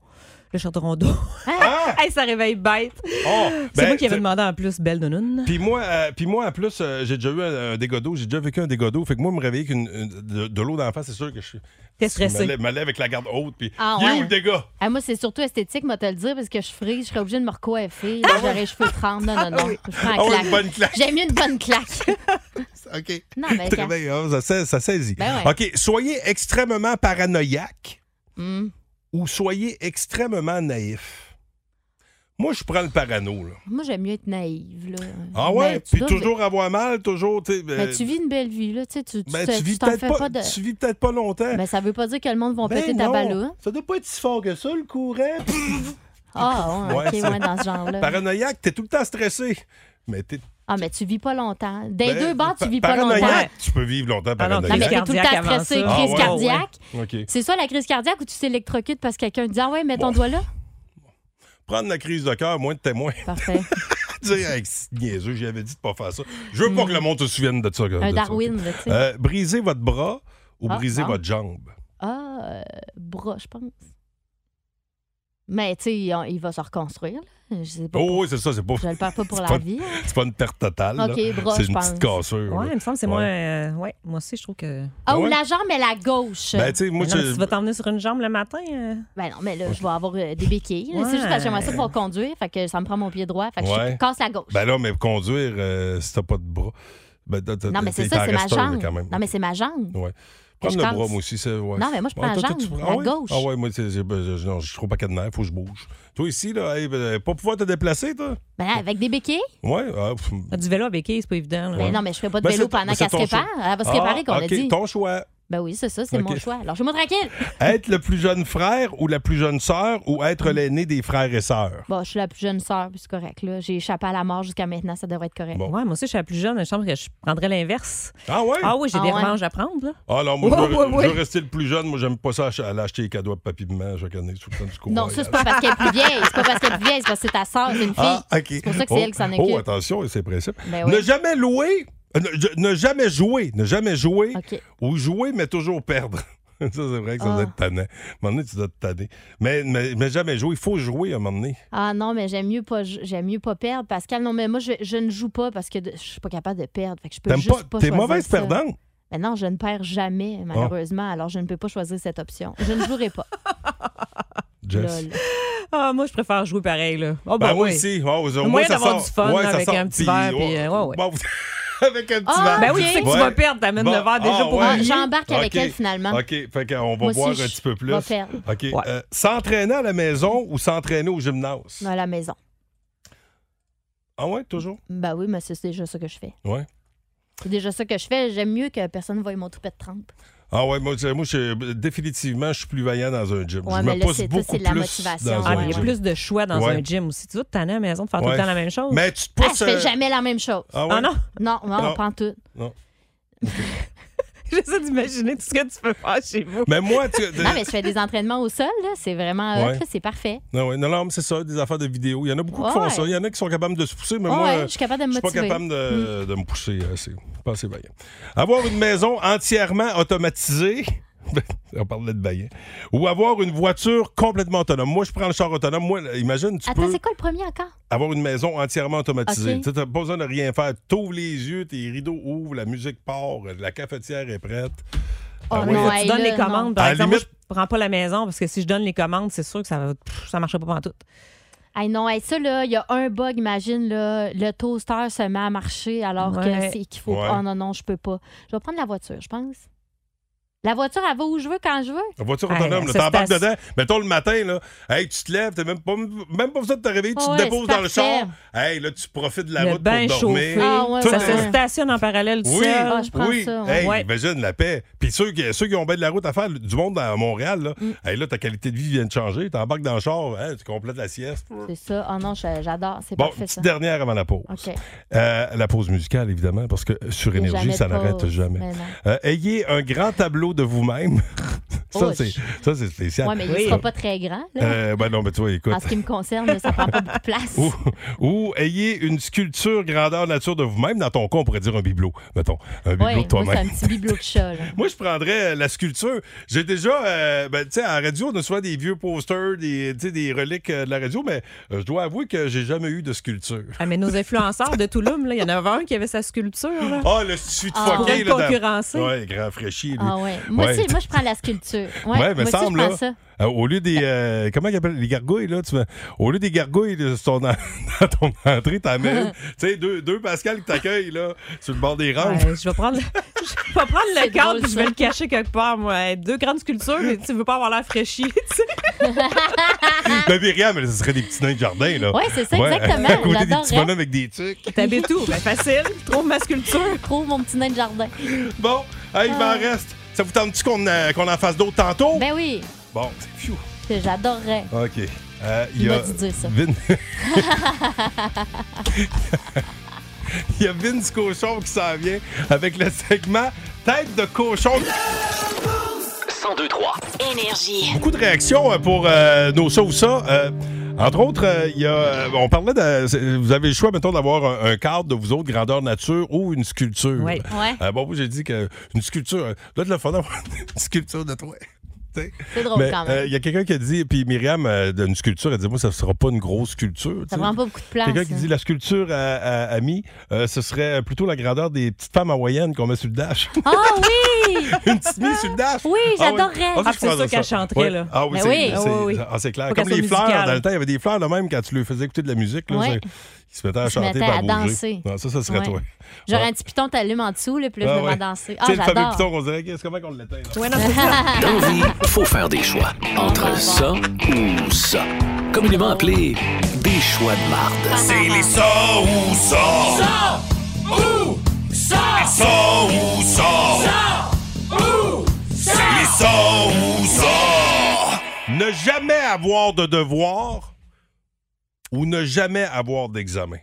[SPEAKER 9] Le chaudron d'eau. Hey, ça réveille bête.
[SPEAKER 3] Oh,
[SPEAKER 9] c'est
[SPEAKER 3] ben,
[SPEAKER 9] moi qui avais
[SPEAKER 3] tu-
[SPEAKER 9] demandé en plus, belle nounoune.
[SPEAKER 3] Puis moi, euh, puis moi, en plus, euh, j'ai déjà eu un, un dégât d'eau. J'ai déjà vécu un dégât d'eau. Fait que moi, me réveiller avec une- une- de, de l'eau dans la face, c'est sûr que je suis...
[SPEAKER 9] T'es stressé.
[SPEAKER 3] Je me lève- me lève avec la garde haute. Puis,
[SPEAKER 8] Ah,
[SPEAKER 3] il est
[SPEAKER 8] ouais.
[SPEAKER 3] où le dégât?
[SPEAKER 8] Ah, moi, c'est surtout esthétique, moi, te le dire, parce que je frise, je serais obligée de me recoiffer. là, J'aurais les cheveux trempés. Non, non, non. Je prends la
[SPEAKER 3] Ah oui,
[SPEAKER 8] claque.
[SPEAKER 3] une bonne claque.
[SPEAKER 8] J'aime mieux une bonne claque.
[SPEAKER 3] OK.
[SPEAKER 8] Non, mais.
[SPEAKER 3] Très bien, hein, ça, sais- ça saisit.
[SPEAKER 8] Ben ouais.
[SPEAKER 3] OK, soyez extrêmement paranoïaque
[SPEAKER 8] Hmm.
[SPEAKER 3] ou soyez extrêmement naïf. Moi, je prends le parano. Là.
[SPEAKER 8] Moi, j'aime mieux être naïve. Là.
[SPEAKER 3] Ah
[SPEAKER 8] Mais
[SPEAKER 3] ouais?
[SPEAKER 8] Ben, tu
[SPEAKER 3] Puis
[SPEAKER 8] dois-
[SPEAKER 3] toujours avoir mal, toujours... tu sais,
[SPEAKER 8] Mais
[SPEAKER 3] euh,
[SPEAKER 8] tu vis une belle vie, là. Tu sais, tu, tu,
[SPEAKER 3] ben,
[SPEAKER 8] te-
[SPEAKER 3] tu vis
[SPEAKER 8] tu t'en
[SPEAKER 3] peut-être
[SPEAKER 8] fais
[SPEAKER 3] pas,
[SPEAKER 8] pas de.
[SPEAKER 3] tu vis peut-être pas longtemps.
[SPEAKER 8] Mais ça veut pas dire que le monde va
[SPEAKER 3] Ben
[SPEAKER 8] péter ta
[SPEAKER 3] non,
[SPEAKER 8] balle.
[SPEAKER 3] Ça doit pas être si fort que ça, le courant.
[SPEAKER 8] Ah, ouais,
[SPEAKER 3] Ouais,
[SPEAKER 8] ok,
[SPEAKER 3] ça.
[SPEAKER 8] ouais, dans ce genre-là.
[SPEAKER 3] Paranoïaque, t'es tout le temps stressé. Mais t'es.
[SPEAKER 8] Ah, mais tu vis pas longtemps. Des
[SPEAKER 3] ben,
[SPEAKER 8] deux bords,
[SPEAKER 3] pa-
[SPEAKER 8] tu vis pas longtemps.
[SPEAKER 3] paranoïaque, Tu peux vivre longtemps
[SPEAKER 9] Ah non,
[SPEAKER 3] paranoïaque.
[SPEAKER 8] Non, mais t'es tout le
[SPEAKER 9] Cardiaque
[SPEAKER 8] temps
[SPEAKER 9] avant
[SPEAKER 8] stressé,
[SPEAKER 9] ça.
[SPEAKER 3] Ah
[SPEAKER 8] crise
[SPEAKER 3] ouais.
[SPEAKER 8] cardiaque.
[SPEAKER 3] OK.
[SPEAKER 8] C'est ça la crise cardiaque où tu t'électrocutes parce que quelqu'un te dit Ah ouais, mets ton doigt là.
[SPEAKER 3] Prendre la crise de cœur, moins de témoins.
[SPEAKER 8] Parfait.
[SPEAKER 3] Dire, hey, c'est niaiseux, j'avais dit de pas faire ça. Je veux pas que le monde se souvienne de ça. de ça,
[SPEAKER 8] Mm. Un
[SPEAKER 3] OK?
[SPEAKER 8] Darwin, là, tu sais.
[SPEAKER 3] Euh, briser votre bras ou
[SPEAKER 8] Ah,
[SPEAKER 3] briser
[SPEAKER 8] ah.
[SPEAKER 3] votre jambe.
[SPEAKER 8] Ah, euh, bras, je pense. Mais tu sais, il, il va se reconstruire. là. Je sais pas.
[SPEAKER 3] Oh, oui, c'est ça, c'est pas.
[SPEAKER 8] Je le perds pas pour
[SPEAKER 3] c'est
[SPEAKER 8] la
[SPEAKER 3] pas-
[SPEAKER 8] vie. hein.
[SPEAKER 3] C'est pas une perte totale. là.
[SPEAKER 8] OK, bras,
[SPEAKER 3] c'est
[SPEAKER 8] je
[SPEAKER 3] une
[SPEAKER 8] pense.
[SPEAKER 3] petite cassure.
[SPEAKER 9] Ouais,
[SPEAKER 3] là.
[SPEAKER 9] il me semble que c'est
[SPEAKER 3] Ouais.
[SPEAKER 9] moins. euh, ouais, moi aussi, je trouve que.
[SPEAKER 8] Ah, ou
[SPEAKER 3] ouais?
[SPEAKER 8] la jambe, elle à gauche.
[SPEAKER 3] Ben, tu sais, moi,
[SPEAKER 9] Mais non,
[SPEAKER 3] je-
[SPEAKER 9] mais tu vas t'emmener sur une jambe le matin. euh.
[SPEAKER 8] Ben non, mais là, je vais avoir euh, des béquilles.
[SPEAKER 9] Ouais.
[SPEAKER 8] C'est juste parce que j'aimerais ça pour conduire. Fait que ça me prend mon pied droit. Fait que
[SPEAKER 3] Ouais.
[SPEAKER 8] je casse la gauche.
[SPEAKER 3] Ben là, mais conduire, euh, si t'as pas de bras. Ben, t'as- t'as-
[SPEAKER 8] non, mais c'est
[SPEAKER 3] il
[SPEAKER 8] ça,
[SPEAKER 3] t'en
[SPEAKER 8] c'est ma
[SPEAKER 3] reste un, là,
[SPEAKER 8] jambe.
[SPEAKER 3] quand même.
[SPEAKER 8] Non, mais c'est ma jambe.
[SPEAKER 3] Ouais.
[SPEAKER 8] Que
[SPEAKER 3] Prendre
[SPEAKER 8] je
[SPEAKER 3] le
[SPEAKER 8] casse.
[SPEAKER 3] bras, moi aussi. c'est- ouais.
[SPEAKER 8] Non, mais moi, je prends
[SPEAKER 3] Ouais,
[SPEAKER 8] la
[SPEAKER 3] toi, toi, tu
[SPEAKER 8] jambe,
[SPEAKER 3] prends-
[SPEAKER 8] la
[SPEAKER 3] ouais?
[SPEAKER 8] gauche.
[SPEAKER 3] Ah ouais, moi, c'est- c'est- ben, je, non, je suis trop paquet de nerfs, faut que je bouge. Toi, ici, là, hey, ben, pas pouvoir te déplacer, toi?
[SPEAKER 8] Ben là, avec des béquilles?
[SPEAKER 3] Ouais. ah, pff,
[SPEAKER 9] Ah, Du vélo à béquille, c'est pas évident. là.
[SPEAKER 8] Ben non, mais je ferai pas de
[SPEAKER 3] Ben,
[SPEAKER 8] vélo
[SPEAKER 3] c'est-
[SPEAKER 8] pendant
[SPEAKER 3] ben, c'est
[SPEAKER 8] qu'elle se
[SPEAKER 3] ton
[SPEAKER 8] répare.
[SPEAKER 3] choix.
[SPEAKER 8] Elle va se
[SPEAKER 3] Ah,
[SPEAKER 8] réparer, qu'on a
[SPEAKER 3] OK,
[SPEAKER 8] dit.
[SPEAKER 3] ton choix.
[SPEAKER 8] Ben oui, c'est ça, c'est
[SPEAKER 3] OK.
[SPEAKER 8] mon choix. Alors, je moi tranquille.
[SPEAKER 3] Être le plus jeune frère ou la plus jeune sœur ou être
[SPEAKER 8] Mm.
[SPEAKER 3] l'aîné des frères et sœurs?
[SPEAKER 8] Bon, je suis la plus jeune sœur, puis c'est correct. là. J'ai échappé à la mort jusqu'à maintenant, ça devrait être correct.
[SPEAKER 9] Ouais, moi aussi, je suis la plus jeune. Je pense que je prendrais l'inverse.
[SPEAKER 3] Ah ouais?
[SPEAKER 9] Ah oui, j'ai
[SPEAKER 8] Ah Oh,
[SPEAKER 9] des
[SPEAKER 8] ouais.
[SPEAKER 9] revanches à prendre. Là.
[SPEAKER 3] Ah non, moi, je
[SPEAKER 9] Ouais,
[SPEAKER 3] veux-
[SPEAKER 9] ouais,
[SPEAKER 3] je
[SPEAKER 9] ouais.
[SPEAKER 3] veux rester le plus jeune. Moi, j'aime pas ça, ach- aller acheter les cadeaux à papy et maman chaque année, tout le temps du courant.
[SPEAKER 8] Non, ça, c'est pas parce qu'elle est plus vieille. C'est pas parce qu'elle est plus vieille, c'est parce que c'est ta sœur, c'est une fille.
[SPEAKER 3] Ah, OK.
[SPEAKER 8] C'est pour ça que c'est
[SPEAKER 3] Oh,
[SPEAKER 8] elle qui s'en
[SPEAKER 3] Oh,
[SPEAKER 8] occupe.
[SPEAKER 3] attention, c'est principe.
[SPEAKER 8] Ben oui.
[SPEAKER 3] Ne jamais louer, euh, ne, je- ne jamais jouer, ne jamais jouer
[SPEAKER 8] OK.
[SPEAKER 3] ou jouer, mais toujours perdre. ça, c'est vrai que ça doit
[SPEAKER 8] Ah.
[SPEAKER 3] être tannant. À un moment donné, tu dois te tanner. Mais, mais, mais jamais jouer, il faut jouer à un moment donné.
[SPEAKER 8] Ah non, mais j'aime mieux pas j'aime mieux pas perdre. Pascal, non, mais moi, je, je ne joue pas parce que de- je suis pas capable de perdre. Fait que je peux
[SPEAKER 3] T'aimes
[SPEAKER 8] juste
[SPEAKER 3] pas,
[SPEAKER 8] pas,
[SPEAKER 3] t'es
[SPEAKER 8] choisir
[SPEAKER 3] mauvaise
[SPEAKER 8] ça.
[SPEAKER 3] perdante. Ah.
[SPEAKER 8] Mais non, je ne perds jamais, malheureusement. Alors, je ne peux pas choisir cette option. Je ne jouerai pas.
[SPEAKER 3] Jess.
[SPEAKER 8] Lol.
[SPEAKER 9] Ah, moi, je préfère jouer pareil. Là. Ah,
[SPEAKER 3] Ben,
[SPEAKER 9] ben
[SPEAKER 3] moi
[SPEAKER 9] oui.
[SPEAKER 3] aussi. Oh, au moins,
[SPEAKER 9] moyen
[SPEAKER 3] ça
[SPEAKER 9] d'avoir
[SPEAKER 3] sort.
[SPEAKER 9] du fun,
[SPEAKER 3] Ouais,
[SPEAKER 9] là,
[SPEAKER 3] ça
[SPEAKER 9] avec
[SPEAKER 3] sort,
[SPEAKER 9] un petit verre, puis, euh, ouais, ouais.
[SPEAKER 3] bon, avec un petit
[SPEAKER 8] Ah,
[SPEAKER 3] verre.
[SPEAKER 9] Ben oui, tu sais que tu
[SPEAKER 3] Ouais.
[SPEAKER 9] vas perdre, t'amènes
[SPEAKER 3] Bon,
[SPEAKER 9] le verre déjà
[SPEAKER 3] ah,
[SPEAKER 9] pour
[SPEAKER 3] ouais.
[SPEAKER 9] moi.
[SPEAKER 8] J'embarque avec
[SPEAKER 3] OK.
[SPEAKER 8] elle, finalement.
[SPEAKER 3] OK, fait qu'on va
[SPEAKER 8] Moi aussi,
[SPEAKER 3] boire
[SPEAKER 8] je
[SPEAKER 3] un petit peu plus.
[SPEAKER 8] vais perdre.
[SPEAKER 3] OK. euh, s'entraîner à la maison ou s'entraîner au gymnase?
[SPEAKER 8] À la maison.
[SPEAKER 3] Ah ouais, toujours?
[SPEAKER 8] Ben oui, mais c'est déjà ça que je fais.
[SPEAKER 3] Ouais.
[SPEAKER 8] C'est déjà ça que je fais. J'aime mieux que personne ne voie mon toupet de trempe.
[SPEAKER 3] Ah ouais, moi, c'est- moi je- définitivement, je suis plus vaillant dans un gym.
[SPEAKER 8] Ouais,
[SPEAKER 3] je
[SPEAKER 8] mais
[SPEAKER 3] me
[SPEAKER 8] là,
[SPEAKER 3] pousse
[SPEAKER 8] c'est- ça,
[SPEAKER 3] beaucoup
[SPEAKER 8] c'est de la
[SPEAKER 3] plus
[SPEAKER 8] motivation,
[SPEAKER 3] dans
[SPEAKER 9] Ah,
[SPEAKER 3] un
[SPEAKER 9] mais il y a
[SPEAKER 3] gym.
[SPEAKER 9] plus de choix dans
[SPEAKER 3] Ouais.
[SPEAKER 9] un gym aussi. Tu vois, t'en as à la maison de faire
[SPEAKER 3] Ouais.
[SPEAKER 9] tout le temps la même chose.
[SPEAKER 3] Mais tu te
[SPEAKER 8] Ah,
[SPEAKER 3] pousses...
[SPEAKER 8] je fais
[SPEAKER 3] euh,
[SPEAKER 8] jamais la même chose.
[SPEAKER 3] Ah ouais?
[SPEAKER 9] Ah non,
[SPEAKER 8] Non, non,
[SPEAKER 3] Non.
[SPEAKER 8] on prend tout.
[SPEAKER 3] Non.
[SPEAKER 9] j'essaie d'imaginer tout ce que tu peux faire chez vous.
[SPEAKER 3] Mais moi, tu...
[SPEAKER 8] Non, mais je fais des entraînements au sol, là. C'est vraiment hot,
[SPEAKER 3] Ouais.
[SPEAKER 8] là. C'est parfait.
[SPEAKER 3] Non, ouais, non, non, mais c'est ça, des affaires de vidéo. Il y en a beaucoup qui font
[SPEAKER 8] Ouais.
[SPEAKER 3] ça. Il y en a qui sont capables de se pousser, mais
[SPEAKER 8] Ouais,
[SPEAKER 3] moi, euh,
[SPEAKER 8] je suis capable de me
[SPEAKER 3] je suis pas
[SPEAKER 8] motiver.
[SPEAKER 3] capable
[SPEAKER 8] Hmm.
[SPEAKER 3] de, de me pousser. euh, C'est pas assez vaillant. Avoir une maison entièrement automatisée. ben, On parlait de baillant. Ou avoir une voiture complètement autonome. Moi, je prends le char autonome. Moi, là, imagine, tu
[SPEAKER 8] Attends,
[SPEAKER 3] peux
[SPEAKER 8] c'est quoi le premier encore?
[SPEAKER 3] avoir une maison entièrement automatisée.
[SPEAKER 8] Ok.
[SPEAKER 3] Tu n'as pas besoin de rien faire. T'ouvres les yeux, tes rideaux ouvrent, la musique part, euh, la cafetière est prête. Ah
[SPEAKER 8] Oh
[SPEAKER 3] oui,
[SPEAKER 8] non,
[SPEAKER 3] hein.
[SPEAKER 8] hey,
[SPEAKER 9] tu donnes
[SPEAKER 8] là,
[SPEAKER 9] les commandes.
[SPEAKER 8] non.
[SPEAKER 9] Par
[SPEAKER 3] À la
[SPEAKER 9] exemple,
[SPEAKER 3] limite-
[SPEAKER 9] moi, je prends pas la maison parce que si je donne les commandes, c'est sûr que ça va, pff, ça marchera pas en tout.
[SPEAKER 8] Hey, non, hey, ça, là, il y a un bug, imagine, là, le toaster se met à marcher alors
[SPEAKER 9] Ouais.
[SPEAKER 8] que c'est qu'il faut.
[SPEAKER 3] Ouais.
[SPEAKER 8] Oh non, non, je peux pas. Je vais prendre la voiture, je pense. La voiture, elle va où je veux, quand je veux.
[SPEAKER 3] La voiture autonome, là, t'embarques dedans. Mettons le matin, là, hey, tu te lèves, t'es même pas, même pas besoin de te réveiller, tu
[SPEAKER 8] Ouais,
[SPEAKER 3] te déposes
[SPEAKER 8] c'est
[SPEAKER 3] dans le
[SPEAKER 8] parfait.
[SPEAKER 3] char. Hey, là, tu profites de la
[SPEAKER 9] Le
[SPEAKER 3] route
[SPEAKER 9] bain
[SPEAKER 3] pour dormir.
[SPEAKER 9] chauffé.
[SPEAKER 8] Ah,
[SPEAKER 3] Tout
[SPEAKER 9] ça
[SPEAKER 3] est-
[SPEAKER 9] se stationne en parallèle tout
[SPEAKER 3] Oui,
[SPEAKER 9] seul.
[SPEAKER 3] oui. Hey, imagine la paix. Puis ceux qui, ceux qui ont bien de la route à faire, du monde à Montréal, là,
[SPEAKER 8] Mm.
[SPEAKER 3] hey, là ta qualité de vie vient de changer. T'embarques dans le char, hey, tu complètes la sieste.
[SPEAKER 8] C'est ça. Oh non, je- j'adore. C'est
[SPEAKER 3] Bon,
[SPEAKER 8] parfait,
[SPEAKER 3] petite
[SPEAKER 8] ça.
[SPEAKER 3] dernière avant la pause.
[SPEAKER 8] OK.
[SPEAKER 3] Euh, la pause musicale, évidemment, parce que sur
[SPEAKER 8] Il y a
[SPEAKER 3] énergie,
[SPEAKER 8] jamais
[SPEAKER 3] ça
[SPEAKER 8] de
[SPEAKER 3] n'arrête
[SPEAKER 8] pause.
[SPEAKER 3] jamais.
[SPEAKER 8] Mais non.
[SPEAKER 3] Euh, ayez un grand tableau de vous-même. ça,
[SPEAKER 8] Ouch.
[SPEAKER 3] c'est ça, c'est spécial.
[SPEAKER 8] Ouais, mais Ah, il sera pas très grand, là.
[SPEAKER 3] Euh, ben non, mais toi, écoute.
[SPEAKER 8] En ce qui me concerne, ça prend pas beaucoup de place.
[SPEAKER 3] Ou, ou ayez une sculpture grandeur nature de vous-même. Dans ton cas, on pourrait dire un bibelot, mettons. Un bibelot
[SPEAKER 8] Ouais,
[SPEAKER 3] de
[SPEAKER 8] moi, c'est
[SPEAKER 3] toi-même.
[SPEAKER 8] un petit bibelot de chat, là.
[SPEAKER 3] Moi, je prendrais euh, la sculpture. J'ai déjà, euh, ben, tu sais, à la radio, on a souvent des vieux posters, des, tu sais, des reliques euh, de la radio, mais euh, je dois avouer que j'ai jamais eu de sculpture.
[SPEAKER 9] Ah, mais nos influenceurs de Touloum, là, il y en avait un qui avait sa sculpture. là.
[SPEAKER 3] Ah, le suis de fucké,
[SPEAKER 9] Ah. Pour
[SPEAKER 3] là.
[SPEAKER 9] le
[SPEAKER 3] dans-
[SPEAKER 9] concurrencer.
[SPEAKER 3] Ouais, grand fraîchi, lui.
[SPEAKER 8] Ah ouais. Moi
[SPEAKER 3] Ouais.
[SPEAKER 8] aussi, moi, je prends la sculpture. Ouais,
[SPEAKER 3] Ouais,
[SPEAKER 8] moi
[SPEAKER 3] mais
[SPEAKER 8] aussi,
[SPEAKER 3] semble,
[SPEAKER 8] je
[SPEAKER 3] là,
[SPEAKER 8] prends ça.
[SPEAKER 3] euh, au lieu des. euh, comment ils appellent Les gargouilles, là. Tu, fais- au lieu des gargouilles de ton, dans ton entrée, t'en mets une. Tu sais, deux, deux Pascal qui t'accueillent, là, sur le bord des rampes.
[SPEAKER 9] Ouais, je vais prendre le, je vais prendre
[SPEAKER 8] C'est
[SPEAKER 9] le cadre
[SPEAKER 8] drôle,
[SPEAKER 9] puis je vais
[SPEAKER 8] ça.
[SPEAKER 9] le cacher quelque part. Moi. Hey, Deux grandes sculptures, mais tu veux pas avoir l'air fraîchi. tu sais.
[SPEAKER 3] Ben, Myriam, ce serait des petits nains de jardin, là.
[SPEAKER 9] Ouais, c'est ça, exactement.
[SPEAKER 3] À côté des
[SPEAKER 9] J'adorerais.
[SPEAKER 3] petits bonhommes avec des tucs.
[SPEAKER 9] T'habites où? Ben, facile. Trouve ma sculpture.
[SPEAKER 8] Trouve mon petit nain de jardin.
[SPEAKER 3] Bon, hey, il m'en
[SPEAKER 8] Ah.
[SPEAKER 3] reste. Ça vous tente-tu qu'on euh, qu'on en fasse d'autres tantôt?
[SPEAKER 8] Ben oui,
[SPEAKER 3] Bon,
[SPEAKER 8] que j'adorerais.
[SPEAKER 3] OK. Euh,
[SPEAKER 8] Il m'a dit de dire ça.
[SPEAKER 3] Vin- il y a Vince Cochon qui s'en vient avec le segment Tête de cochon.
[SPEAKER 2] 1023
[SPEAKER 7] Énergie.
[SPEAKER 3] Beaucoup de réactions euh, pour euh, nos ça ou ça. Euh, entre autres, euh, il y a, euh, on parlait de. c'est- Vous avez le choix, mettons, d'avoir un, un cadre de vous autres, grandeur nature ou une sculpture.
[SPEAKER 9] Ouais. Ouais.
[SPEAKER 3] Euh, bon, moi, j'ai dit que une sculpture. euh, doit être le fun d'avoir une sculpture de toi. Tu sais.
[SPEAKER 8] C'est drôle
[SPEAKER 3] Mais,
[SPEAKER 8] quand
[SPEAKER 3] euh,
[SPEAKER 8] même.
[SPEAKER 3] Il y a quelqu'un qui a dit, puis Myriam, euh, d'une sculpture, elle dit Moi, ça ne sera pas une grosse sculpture. tu
[SPEAKER 8] Ça
[SPEAKER 3] sais.
[SPEAKER 8] prend pas beaucoup de place.
[SPEAKER 3] Quelqu'un qui
[SPEAKER 8] hein.
[SPEAKER 3] dit la sculpture à, à, à Mi, euh, ce serait plutôt la grandeur des petites femmes hawaïennes qu'on met sur le dash.
[SPEAKER 8] Ah oui!
[SPEAKER 3] Une petite mise sur le dash.
[SPEAKER 8] Oui,
[SPEAKER 3] Ah oui.
[SPEAKER 8] j'adorerais.
[SPEAKER 3] Ah, ça, je prendrais ça. Ouais. Ah oui,
[SPEAKER 8] Ben
[SPEAKER 3] c'est
[SPEAKER 8] oui.
[SPEAKER 3] c'est-
[SPEAKER 8] Ah oui, oui.
[SPEAKER 3] ah, c'est clair.
[SPEAKER 8] Faut
[SPEAKER 3] Comme
[SPEAKER 8] qu'elle
[SPEAKER 3] les
[SPEAKER 8] soit
[SPEAKER 3] fleurs,
[SPEAKER 8] musicale.
[SPEAKER 3] dans le temps, il y avait des fleurs là même quand tu lui faisais écouter de la musique. Là,
[SPEAKER 8] Ouais.
[SPEAKER 3] ça- ils se mettaient à
[SPEAKER 8] Ils se
[SPEAKER 3] chanter
[SPEAKER 8] mettaient
[SPEAKER 3] par
[SPEAKER 8] à
[SPEAKER 3] bouger.
[SPEAKER 8] danser.
[SPEAKER 3] Non, ça, ça serait
[SPEAKER 8] Ouais.
[SPEAKER 3] toi.
[SPEAKER 8] Genre
[SPEAKER 3] Ah.
[SPEAKER 8] un petit piton t'allume en dessous, là, puis là, je
[SPEAKER 3] Ah
[SPEAKER 8] me
[SPEAKER 3] ouais.
[SPEAKER 8] mets à danser.
[SPEAKER 3] Tu
[SPEAKER 8] Ah,
[SPEAKER 3] sais, le fameux
[SPEAKER 8] j'adore.
[SPEAKER 3] piton qu'on dirait, qu'est-ce- comment qu'on l'éteint? là?
[SPEAKER 8] Ouais, non, c'est ça.
[SPEAKER 2] Dans la vie, faut faire des choix. Entre ça ou ça. Communément appelé des choix de marde.
[SPEAKER 12] C'est les ça ou ça.
[SPEAKER 13] Ça ou ça.
[SPEAKER 12] Ça ou ça.
[SPEAKER 13] Ça ou ça.
[SPEAKER 12] Les ça ou ça.
[SPEAKER 3] Ne jamais avoir de devoir ou ne jamais avoir d'examen.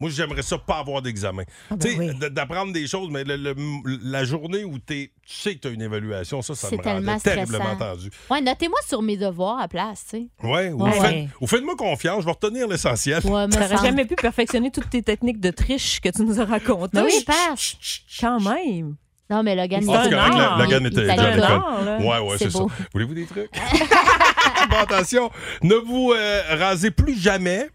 [SPEAKER 3] Moi, j'aimerais ça pas avoir d'examen.
[SPEAKER 8] Ah ben
[SPEAKER 3] tu sais, d- d'apprendre des choses, mais le- le- la journée où t'es- tu sais que tu as une évaluation, ça, ça
[SPEAKER 8] C'est
[SPEAKER 3] me rendait
[SPEAKER 8] tellement
[SPEAKER 3] terriblement
[SPEAKER 8] stressant.
[SPEAKER 3] tendu.
[SPEAKER 8] Ouais, notez-moi sur mes devoirs à place, tu sais.
[SPEAKER 3] Ouais, ou,
[SPEAKER 9] Ouais.
[SPEAKER 3] faites- ou faites-moi confiance, je vais retenir l'essentiel.
[SPEAKER 8] Ouais, me
[SPEAKER 9] T'aurais
[SPEAKER 8] semble.
[SPEAKER 9] jamais pu perfectionner toutes tes techniques de triche que tu nous as racontées.
[SPEAKER 8] Mais oui, passe.
[SPEAKER 9] Quand même.
[SPEAKER 8] Non, mais Logan,
[SPEAKER 9] Ah, c'est
[SPEAKER 8] il-
[SPEAKER 9] correct,
[SPEAKER 8] il-
[SPEAKER 9] la- la
[SPEAKER 3] Logan
[SPEAKER 8] il-
[SPEAKER 3] était
[SPEAKER 8] il
[SPEAKER 3] déjà à
[SPEAKER 8] t'adore.
[SPEAKER 3] l'école.
[SPEAKER 9] là.
[SPEAKER 3] Ouais, ouais, c'est ça.
[SPEAKER 8] beau.
[SPEAKER 3] Voulez-vous des trucs? Bon, attention, ne vous euh, rasez plus jamais